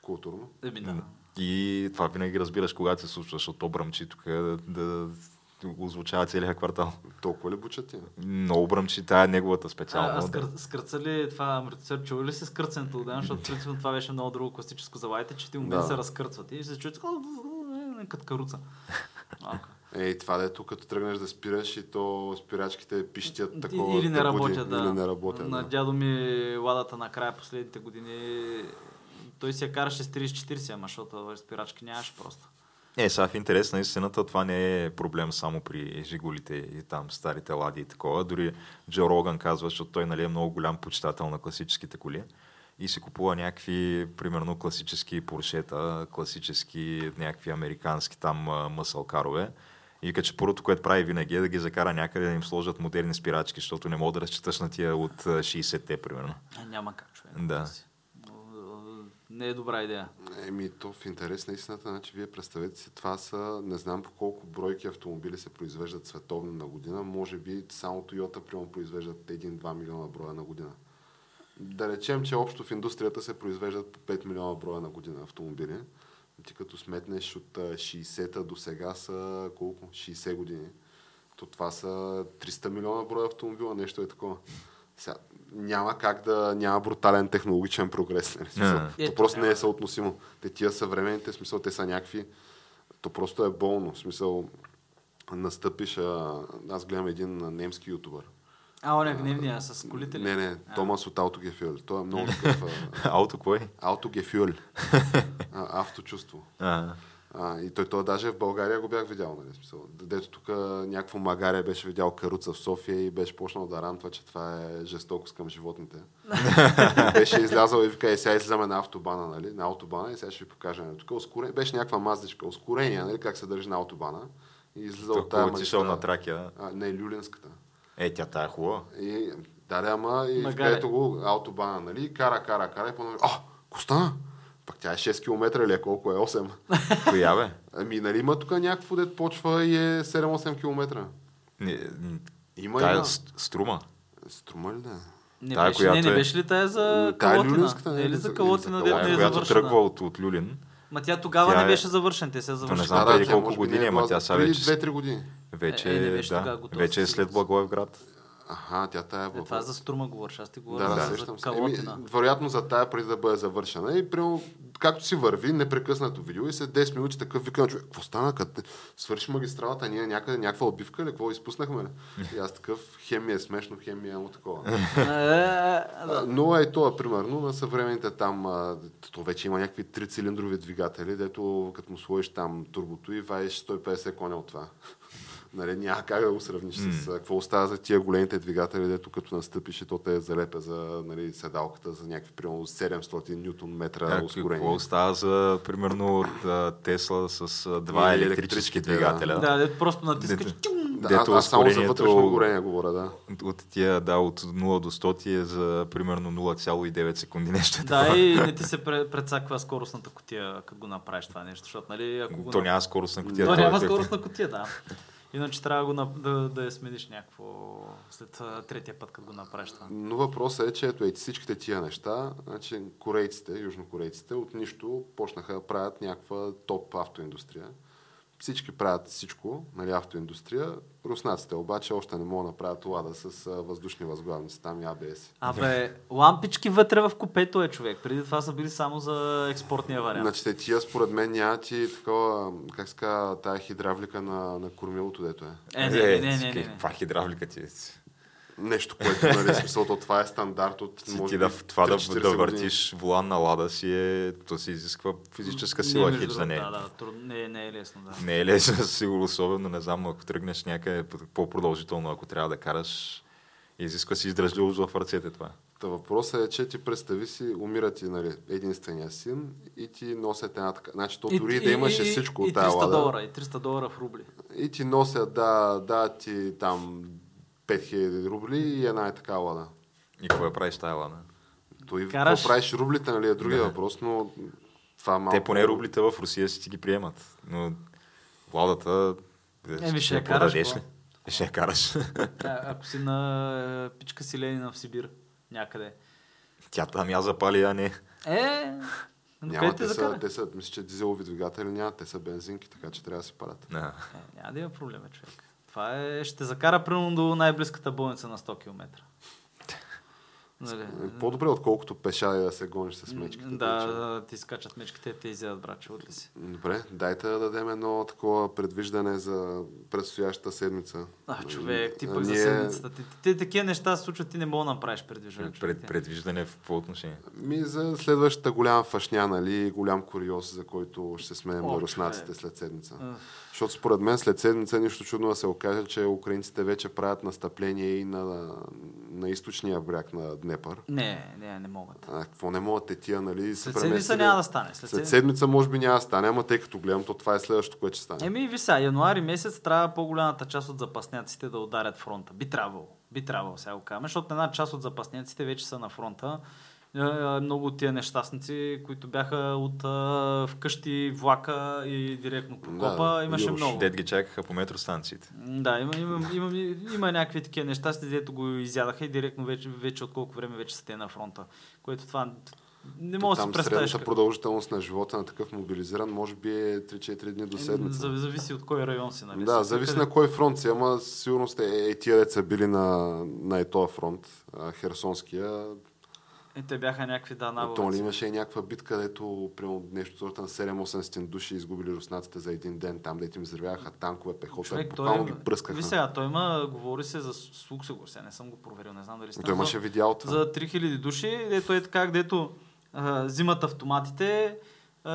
S2: Културно.
S1: Еми, да.
S3: И това винаги разбираш когато се случва, защото то бръмчи тук да, да озвучава целият квартал.
S2: Толкова ли бучат ти?
S3: Много бръмчи, тая е неговата специално.
S1: А, а
S3: да.
S1: скър, скърца ли това мръцер, чува ли се скърцането от ден, защото принципно това беше много друго класическо за лайта, че в един момент
S2: Да.
S1: се разкърцват и се чуят така, като каруца. Малко.
S2: Ей, Е, това дето, като тръгнеш да спираш и то спирачките пищят такова.
S1: или не
S2: те буди,
S1: работят, да.
S2: Или не работят,
S1: На
S2: да.
S1: дядо ми ладата накрая последните години той си я караше с 30-40, ама защото спирачки нямаше просто.
S3: Е, сега в интерес на истината това не е проблем само при Жигулите и там старите лади и такова. Дори Джо Роган казва, защото той нали, е много голям почитател на класическите коли и си купува някакви, примерно, класически поршета, класически някакви американски там а, мъсълкарове. И като че първото, което прави винаги е да ги закара някъде да им сложат модерни спирачки, защото не мога да разчиташ на тия от а, 60-те, примерно.
S1: Е, Няма как, човек.
S3: Да.
S1: Не е добра идея.
S2: Еми, то в интерес на истината, значи вие представете си, това са, не знам по колко бройки автомобили се произвеждат световно на година, може би само Toyota прямо произвеждат 1-2 милиона броя на година. Да речем, че общо в индустрията се произвеждат по 5 милиона броя на година автомобили. Ти като сметнеш от а, 60-та до сега са колко? 60 години. То това са 300 милиона броя автомобила, нещо е такова. Сега, няма как да няма брутален технологичен прогрес. Нали? Смисъл,
S3: Не.
S2: То
S1: Ето,
S2: просто не е
S1: няма.
S2: съотносимо. Те тия съвременните, в смисъл, те са някакви. То просто е болно. В смисъл, настъпиш. А... Аз гледам един а, немски ютубър.
S1: А, оня гневния с колите ли?
S2: Не, не,
S1: А.
S2: Томас от Аутогефюел. Той е много такъв. а,
S3: Ауто кой?
S2: Аутогефюел. А, Авточувство.
S3: А,
S2: А, и той, той даже в България го бях видял, нали? в Смисъл. Дето тук някакво магаря беше видял каруца в София и беше почнал да рамтва, че това е жестокост към животните. И беше излязъл и вика, е, сега излизаме на автобана, нали? На автобана и сега ще ви покажа. Нали? Тук ускорение, беше някаква маздичка, ускорение, нали? Как се държи на автобана. И излиза от
S3: Ако
S2: тая
S3: отишъл
S2: магистрала.
S3: на Тракия.
S2: А, не, Люлинската.
S3: Е, тя тая е хубава.
S2: И, да, да, ама и
S1: Магаре.
S2: където го автобана, нали, кара, кара, кара и по а, Костана! Пак тя е 6 км или е, колко е 8?
S3: Коя бе?
S2: Ами, нали има тук някакво дет почва и е 7-8 км?
S3: Не, н-
S2: Има,
S3: тая
S2: има.
S3: с- струма.
S2: Струва ли да е?
S1: Не,
S3: Тая,
S1: беше, не,
S3: която
S1: не
S3: е-
S1: беше ли тая за
S2: М, тая е
S1: калотина?
S2: люлинската,
S1: Не е ли за калотина,
S2: Тя
S3: Тя,
S2: не
S1: дето не е
S3: която тръгва
S1: завършена?
S3: от, от Люлин,
S1: Ма тя тогава
S3: Тя
S1: не
S3: е-
S1: беше завършена, те се завършиха.
S3: знам преди
S2: тя
S3: колко
S2: може би не
S3: години, ама
S2: била
S3: тя сега
S2: преди
S3: вече-
S2: 2-3 години.
S3: вече,
S1: Е, е, не
S3: е,
S1: беше
S3: да,
S1: тогава готова
S3: вече е
S1: със
S3: след
S1: сигурност.
S3: Благоевград.
S2: Аха, тя тая е
S1: Е,
S2: във-
S1: това за струма говориш, аз ти
S2: Да,
S1: говоря
S2: да,
S1: за
S2: сещам се. Еми,
S1: калотина.
S2: вероятно за тая преди да бъде завършена. И прямо, както си върви, непрекъснато видео и след 10 минути такъв вика на човек, какво стана, къде свърши магистралата, ние някъде някаква отбивка или какво изпуснахме? ли?» И аз такъв, хем ми е смешно, хем ми е му такова.
S1: Е,
S2: А, Но е то, примерно, на съвременните там, а, то вече има някакви трицилиндрови двигатели, дето като му сложиш там турбото и ваеш 150 коня от това. нали, няма как да го сравниш с а, какво остава за тия големите двигатели, дето като настъпиш и то те залепя за нали, седалката за някакви примерно 700 ньютон метра
S3: Как- Какво
S2: ускорение.
S3: остава за, примерно, от а, Тесла с а, два
S2: Или
S3: електрически
S2: електричките, да.
S3: двигателя?
S1: Да, дето просто натискаш.
S3: Дето-
S1: тюм.
S2: Да,
S3: Дето
S2: аз, аз само за
S3: ускорението- е
S2: вътрешно горение говоря, да.
S3: От тия, да, от 0 до 100 ти е за примерно 0,9 секунди нещо.
S1: Да, и не ти се пре- прецаква скоростната котия, като го направиш това нещо, защото, нали, ако го
S3: То няма скорост на котията.
S1: То
S3: това е
S1: няма
S3: кеф.
S1: скоростна котия, да. Иначе трябва да го нап- да, да я смениш някакво след а, третия път, като го направиш това.
S2: Но въпросът е, че ето, ето всичките тия неща, значи корейците, южнокорейците, от нищо почнаха да правят някаква топ автоиндустрия. Всички правят всичко, нали, автоиндустрия. Руснаците обаче още не могат да правят лада с а, въздушни възглавници, там и АБС.
S1: Абе, лампички вътре в купето е човек. Преди това са били само за експортния вариант.
S2: Значи те тия според мен нямат и такова, как се казва, тая хидравлика на, на кормилото, дето е.
S1: Е, не, не, не, не, не.
S3: такива,
S1: не.
S3: Каква хидравлика ти е?
S2: Нещо, което, нали, смисъл, то това е стандарт от,
S3: Ти-
S2: може
S3: Ти да,
S2: би,
S3: това да,
S2: 30-40
S3: да
S2: години.
S3: въртиш волан на лада си е, то си изисква физическа сила
S1: Не,
S3: е
S1: между
S3: хич за
S1: другото,
S3: нея.
S1: Да, да, трудно, не, не е лесно, да.
S3: Не е лесно, със сигурно, особено не знам, ако тръгнеш някъде по- по-продължително, ако трябва да караш Изисква си издръжливост в ръцете това.
S2: Та въпросът е, че ти представи си, умира ти нали, единствения син и ти носят една така. Значи, то дори и, да имаше
S1: и,
S2: всичко
S1: и,
S2: от
S1: и
S2: тази
S1: 300
S2: лада.
S1: долара, и 300 долара в рубли.
S2: И ти носят, да, да, ти там 5000 рубли и една е така лада.
S3: И какво я правиш тая лада?
S2: Той
S1: Караш.
S2: Караш... правиш рублите, нали, е другия
S3: Да.
S2: въпрос, но това малко...
S3: Те поне рублите в Русия си ти ги приемат, но ладата...
S1: Еми, Е, ще я
S3: я
S1: караш,
S3: продадеш ли? Ще я караш.
S1: А, ако си на е, пичка си Ленина в Сибир, някъде.
S3: Тя там я запали, а не.
S1: Е, докъде
S2: Няма,
S1: те
S2: те, са,
S1: закара?
S2: те са, мисля, че дизелови двигатели няма, те са бензинки, така че трябва да се парат.
S3: Да.
S1: Е, няма да има проблем, бе, човек. Това е, ще те закара примерно до най-близката болница на 100 км. Нали?
S2: Е, По-добре, отколкото пеша и да се гониш с мечките.
S1: Да,
S2: тъй че-
S1: да, ти скачат мечките, те изядат, браче, от ли си.
S2: Добре, дайте да дадем едно такова предвиждане за предстоящата седмица. Нали,
S1: А, човек, ти
S2: А,
S1: пък за
S2: ние-
S1: седмицата. Ти, ти, ти, такива неща се случват, ти не мога да направиш предвиждане.
S3: Пред,
S1: човек.
S3: пред, предвиждане в какво отношение?
S2: Ми за следващата голяма фашня, нали, голям куриоз, за който ще сме
S1: О,
S2: на руснаците
S1: човек.
S2: след седмица.
S1: Ах.
S2: Защото според мен след седмица нищо чудно да се окаже, че украинците вече правят настъпление и на, на източния бряг на Днепър.
S1: Не, не, не могат.
S2: А, какво не могат те тия, нали? се
S1: След седмица
S2: преместили-
S1: няма да стане. След,
S2: След
S1: след
S2: седмица може би няма да стане, ама тъй като гледам, то това е следващото, което ще стане.
S1: Еми, ви сега, януари месец трябва по-голямата част от запасняците да ударят фронта. Би трябвало. Би трябвало, сега го кажем, защото една част от запасняците вече са на фронта. Е, е, Много от тия нещастници, които бяха от а, вкъщи влака и директно по
S2: Да,
S1: копа,
S2: да,
S1: имаше
S2: Юруш.
S1: много.
S3: Дед ги чакаха по метростанциите.
S1: М, Да, има, има, има, има, има някакви такива неща, след дето го изядаха и директно вече, вече от колко време вече са те на фронта. Което това не мога да си
S2: Там
S1: представиш.
S2: средната
S1: как-
S2: продължителност на живота на такъв мобилизиран може би е 3-4 дни до
S1: Ем,
S2: седмица.
S1: зави- Зависи от кой район си, нали?
S2: Да,
S1: Сега
S2: зависи
S1: къде-
S2: на кой фронт си, ама със сигурност е, е тия деца били на, на ето фронт, а, Херсонския.
S1: Е, те бяха някакви да
S2: То ли
S1: набори.
S2: имаше и някаква битка, дето примерно нещо сорта на 7-800 души изгубили руснаците за един ден, там дето им взривяха танкове, пехота,
S1: Човек, той
S2: буквално ги пръскаха.
S1: Ви сега, той има, говори се за слух, се сега не съм го проверил, не знам дали
S2: Но
S1: стана.
S2: Той имаше видео от
S1: за, за 3000 души, дето е така, дето а, взимат автоматите, а,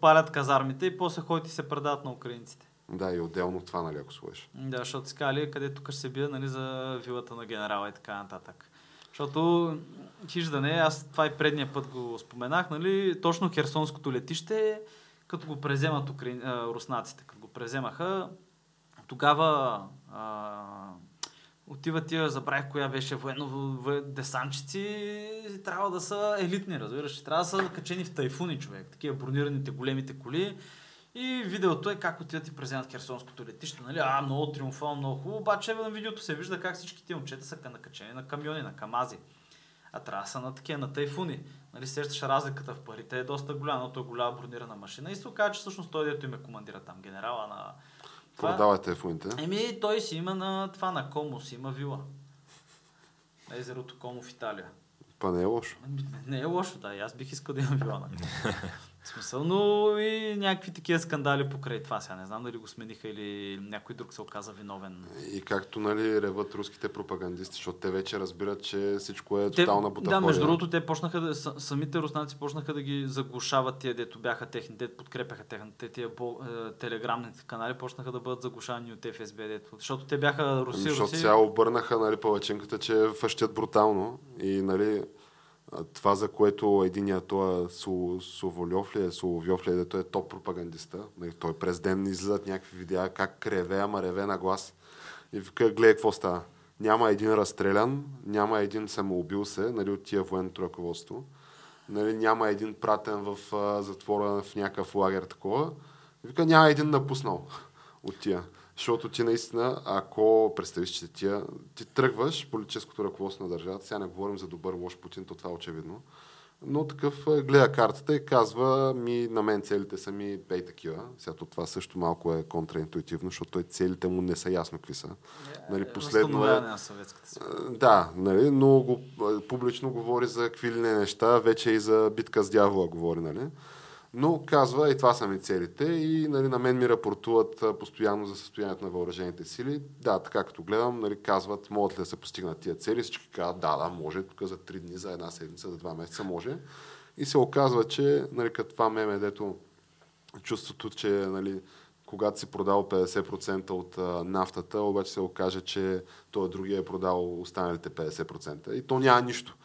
S1: палят казармите и после ходят и се предават на украинците.
S2: Да, и отделно това, нали, ако слушаш.
S1: Да, защото си казали къде тук ще се бие нали, за вилата на генерала и така нататък. Защото хиждане, аз това и предния път го споменах, нали, точно Херсонското летище, като го преземат украин... а, руснаците, като го преземаха, тогава а, отиват тия, забравих коя беше военно вое- десантчици, и трябва да са елитни, разбираш. и Трябва да са качени в тайфуни човек, такива бронираните големите коли. И видеото е как отиват и преземат Херсонското летище, нали? А, много триумфално, много хубаво. Обаче на видеото се вижда как всички тия момчета са накачени на камиони, на камази. А трябва да са на такива, на тайфуни. Нали, сещаш разликата в парите е доста голяма, но той е голяма бронирана машина. И се оказа, че всъщност той, дето им е командира там, генерала на... това- Е.
S2: Продавате фуните.
S1: Еми, той си има на това, на Комо си има вила. На езерото Комо в Италия.
S2: Па не е лошо.
S1: Ами, Не е лошо, да. и Аз бих искал да имам вила. нали? В смисъл, но и някакви такива скандали покрай това сега. Не знам дали го смениха или някой друг се оказа виновен.
S2: И както, нали, реват руските пропагандисти, защото те вече разбират, че всичко е тотална бутафория.
S1: да, между другото, те почнаха да, са- самите руснаци почнаха да ги заглушават тия, дето бяха техни, дето подкрепяха техните, тия бо, е, телеграмните канали, почнаха да бъдат заглушавани от ФСБ, дето, защото те бяха
S2: Ами,
S1: руси,
S2: Защото
S1: руси.
S2: сега обърнаха нали, палачинката, че фащят брутално и нали, а, това, за което единия той Су, Суволев ли е, Соловьов ли е, дето е топ пропагандиста. Нали, той през ден излизат някакви видеа как реве, ама реве на глас. И вика, гледай какво става. Няма един разстрелян, няма един самоубил се нали, от тия военното ръководство. Нали, няма един пратен в а, затвора в някакъв лагер такова. Вика, няма един напуснал от тия. Защото ти наистина, ако представиш, че тия, ти тръгваш политическото ръководство на държавата, сега не говорим за добър лош Путин, то това е очевидно, но такъв а, гледа картата и казва, ми на мен целите са ми пей такива. Сега то това също малко е контраинтуитивно, защото той целите му не са ясно какви са. Нали, последно е,
S1: Възстановяване на съветската си.
S2: да, нали, но го, публично говори за какви ли не неща, вече и за битка с дявола говори, нали. Но казва, и това са ми целите, и нали, на мен ми рапортуват а, постоянно за състоянието на въоръжените сили. Да, така като гледам, нали, казват, могат ли да се постигнат тия цели, всички казват, да, да, може, тук за три дни, за една седмица, за два месеца може. И се оказва, че нали, като това меме, дето чувството, че нали, когато си продал 50% от а, нафтата, обаче се окаже, че той другия е продал останалите 50%. И то няма нищо.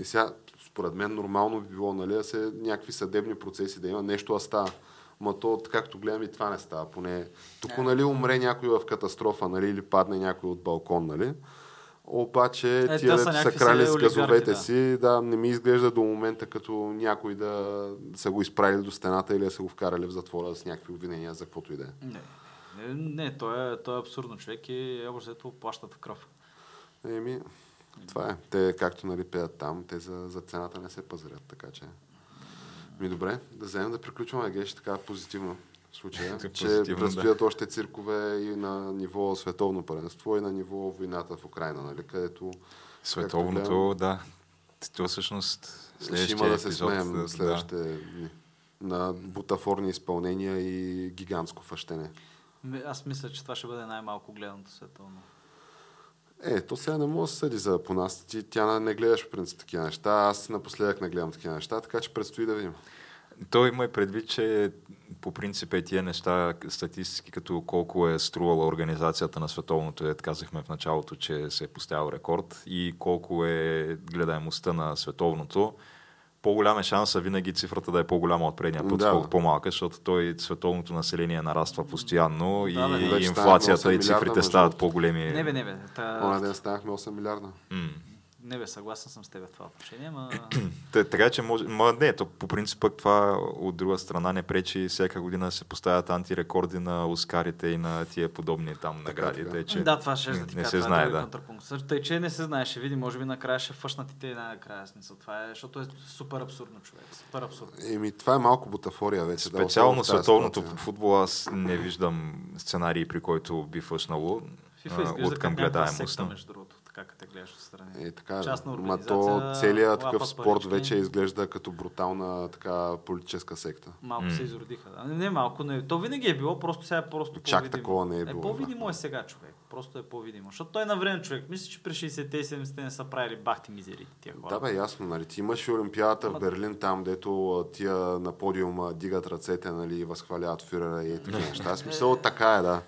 S2: И сега, според мен, нормално би било, нали, да се някакви съдебни процеси да има, нещо да става. Ма то, както гледам, и това не става. Поне тук, нали, умре някой в катастрофа, нали, или падне някой от балкон, нали. Обаче,
S1: Е,
S2: е,
S1: те
S2: тия
S1: са
S2: са, са
S1: някакви
S2: крали
S1: си
S2: с
S1: олигархи,
S2: газовете
S1: да.
S2: си, да, не ми изглежда до момента като някой да са го изправили до стената или да са го вкарали в затвора с някакви обвинения за каквото и да е.
S1: Не. Не, не той, е, той е абсурдно човек и е общо плащат в кръв.
S2: Еми, това е. Те, както нали, пеят там, те за, за цената не се пазарят, така че. Ми добре, да вземем да приключваме геш така позитивно в случая, че
S3: Позитивно, да.
S2: предстоят още циркове и на ниво световно първенство и на ниво войната в Украина, нали, където
S3: Световното, да. То всъщност
S2: е ще
S3: следващия
S2: има да се
S3: епизод,
S2: смеем
S3: да,
S2: на следващите дни. На бутафорни изпълнения и гигантско фащене.
S1: Ми- Аз мисля, че това ще бъде най-малко гледаното световно.
S2: Е, то сега не мога да се съди за по нас. Ти, тя не гледаш по принцип такива неща. Аз напоследък не гледам такива неща, така че предстои да видим.
S3: Той има и предвид, че по принцип е тия неща, статистики, като колко е струвала организацията на световното, дет казахме в началото, че се е поставил рекорд и колко е гледаемостта на световното, по-голям е шанса винаги цифрата да е по-голяма от предния път,
S2: Да.
S3: да. по-малка, защото той световното население нараства постоянно
S1: Да,
S3: да,
S1: бе.
S3: и,
S2: Вече
S3: и
S2: стана
S3: инфлацията
S2: 8
S3: и
S2: милиарда,
S3: цифрите
S2: между
S3: стават
S2: другото.
S3: по-големи.
S1: Не бе, не бе. Та...
S2: Оня ден станахме 8 милиарда.
S3: М.
S1: Не бе, съгласен съм с теб в това отношение, ма...
S3: Та, така че може. Ма, не, то по принцип пък това от друга страна не пречи всяка година се поставят антирекорди на Оскарите и на тия подобни там награди.
S2: така.
S3: Тъй, че
S1: да, това ще да ти
S3: не
S1: кажа,
S3: се
S1: това е
S3: знае,
S1: друг
S3: да.
S1: контрапункт. Също Тъй, че не се знае, ще види, може би накрая ще фъшнат и те най-накрая смисъл. Това е, защото е супер абсурдно, човек. Супер абсурдно.
S2: Еми, това е малко бутафория вече. да,
S3: Специално
S2: особено в тази
S3: световното по
S2: ситуация.
S3: футбол аз не виждам сценарии, при който би фъшнало
S1: FIFA
S3: а,
S1: изглежда
S3: от към
S1: към някаква
S3: гледаемост.
S1: секта, между другото, така като те гледаш отстрани.
S2: Е, така,
S1: частна
S2: Частна ма
S1: организация,
S2: то целият такъв
S1: лапат
S2: спорт
S1: парички.
S2: вече изглежда като брутална така политическа секта.
S1: Малко
S3: М.
S1: се изродиха. Да. Не, не малко, не. То винаги е било, просто сега е просто
S2: Чак
S1: по-видимо.
S2: такова не е
S1: Е,
S2: било,
S1: по-видимо е сега човек. Просто е по-видимо. Защото той е на време човек. Мисля, че през 60-те и 70-те не са правили бахти мизери тия хора.
S2: Да, бе, ясно, нали? Ти имаш и Олимпиадата в
S1: Ма-
S2: Берлин, там, дето а, тия на подиума дигат ръцете, нали, и възхваляват фюрера и такива неща. Смисъл, така е, да.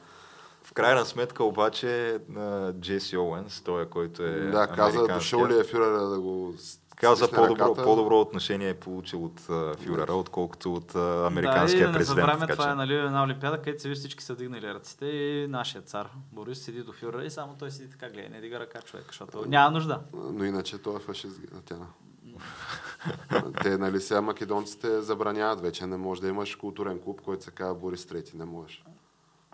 S3: В крайна сметка обаче а, Джеси Оуенс, той който е
S2: Да, каза,
S3: американският,
S2: дошъл ли е фюрера да го с-
S3: Каза
S2: стисне
S3: по-добро,
S2: ръката?
S3: по-добро отношение е получил от а, фюрера, отколкото от а,
S1: да,
S3: американския
S1: и да не
S3: президент.
S1: забравяме,
S3: така
S1: това
S3: че.
S1: е нали, една олимпиада, където се виж всички са дигнали ръцете и нашия цар Борис седи до фюрера и само той седи така гледа, не дига ръка човек, защото няма нужда.
S2: Но иначе той е фашист, Тяна. Те, нали сега македонците забраняват вече. Не може да имаш културен клуб, който се казва Борис Трети. Не можеш.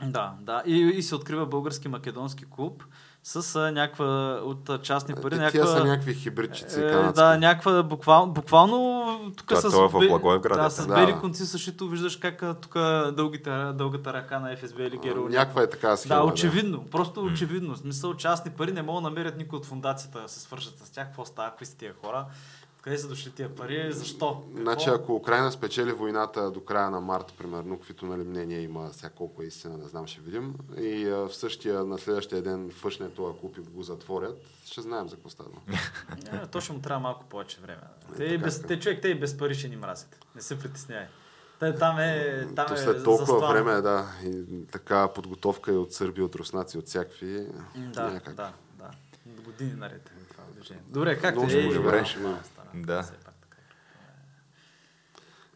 S1: Да, да. И, и се открива български македонски клуб с а, някаква от а, частни
S2: Е,
S1: пари.
S2: те-
S1: някаква...
S2: Тия са някакви хибридчици
S1: Е,
S2: канадски.
S1: да, някаква буквално, буквално тук
S3: Това-
S1: с,
S3: това е в
S1: бе-
S3: Благоевград,
S1: да,
S3: е
S1: с
S2: така.
S1: бели
S2: Да.
S1: конци същито виждаш как а, тук дългите, дългата ръка на ФСБ или
S2: А,
S1: Геро.
S2: Някаква е така схема.
S1: Да, очевидно. Просто очевидно. В смисъл, частни пари не могат да намерят никой от фундацията да се свържат с тях. Какво става? Какви са тия хора? Къде са дошли тия пари? Защо? Какво?
S2: Значи, ако Украина спечели войната до края на март, примерно, каквито нали, мнения има, сега колко е истина, не знам, ще видим. И а, в същия, на следващия ден фъшне това купи го затворят, ще знаем за какво става.
S1: Е, точно му трябва малко повече време. Те,
S2: Е, така,
S1: и без,
S2: така.
S1: те човек, те и без пари ще ни мразят. Не се притеснявай. Те, там е, там
S2: То
S1: е
S2: след толкова
S1: заставано.
S2: време, да, и така подготовка и от сърби, от руснаци, от всякакви.
S1: М, Да,
S2: някак.
S1: да, да. Години наред е това движение. Добре, как
S2: Много
S1: ти
S2: ще
S1: е?
S2: го забравиш, ма.
S3: Да.
S1: Все пак така.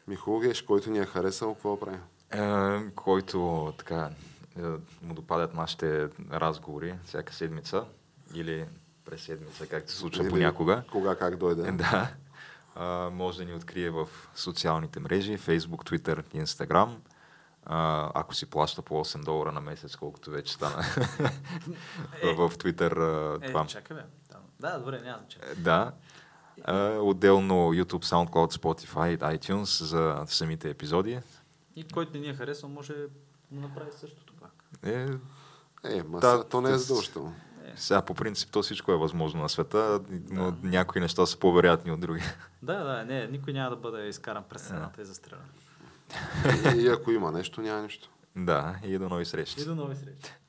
S2: Михулгеш, който ни е харесал, какво прави?
S3: Е, който така е, му допадат нашите разговори всяка седмица или през седмица, както се случва
S2: Или
S3: понякога.
S2: Кога, как дойде.
S3: Да. А, може да ни открие в социалните мрежи, Facebook, Twitter, Instagram. А, ако си плаща по 8 долара на месец, колкото вече стана
S1: Е.
S3: в Twitter а, това.
S1: Е, чакай бе. Да, Да, добре, няма значение.
S3: Да. А, отделно YouTube, SoundCloud, Spotify, iTunes за самите епизоди.
S1: И който не ни е харесал, може да направи същото пак.
S3: Е,
S2: Е, ма
S3: Да,
S2: да, то не е
S3: тъс.
S2: задължително.
S3: сега по принцип то всичко е възможно на света, но някои неща са по-вероятни от други.
S1: Да, да, не, никой няма да бъде изкаран през стената и застрелян.
S2: И ако има нещо, няма нищо.
S3: да, и до нови срещи.
S1: И до нови срещи.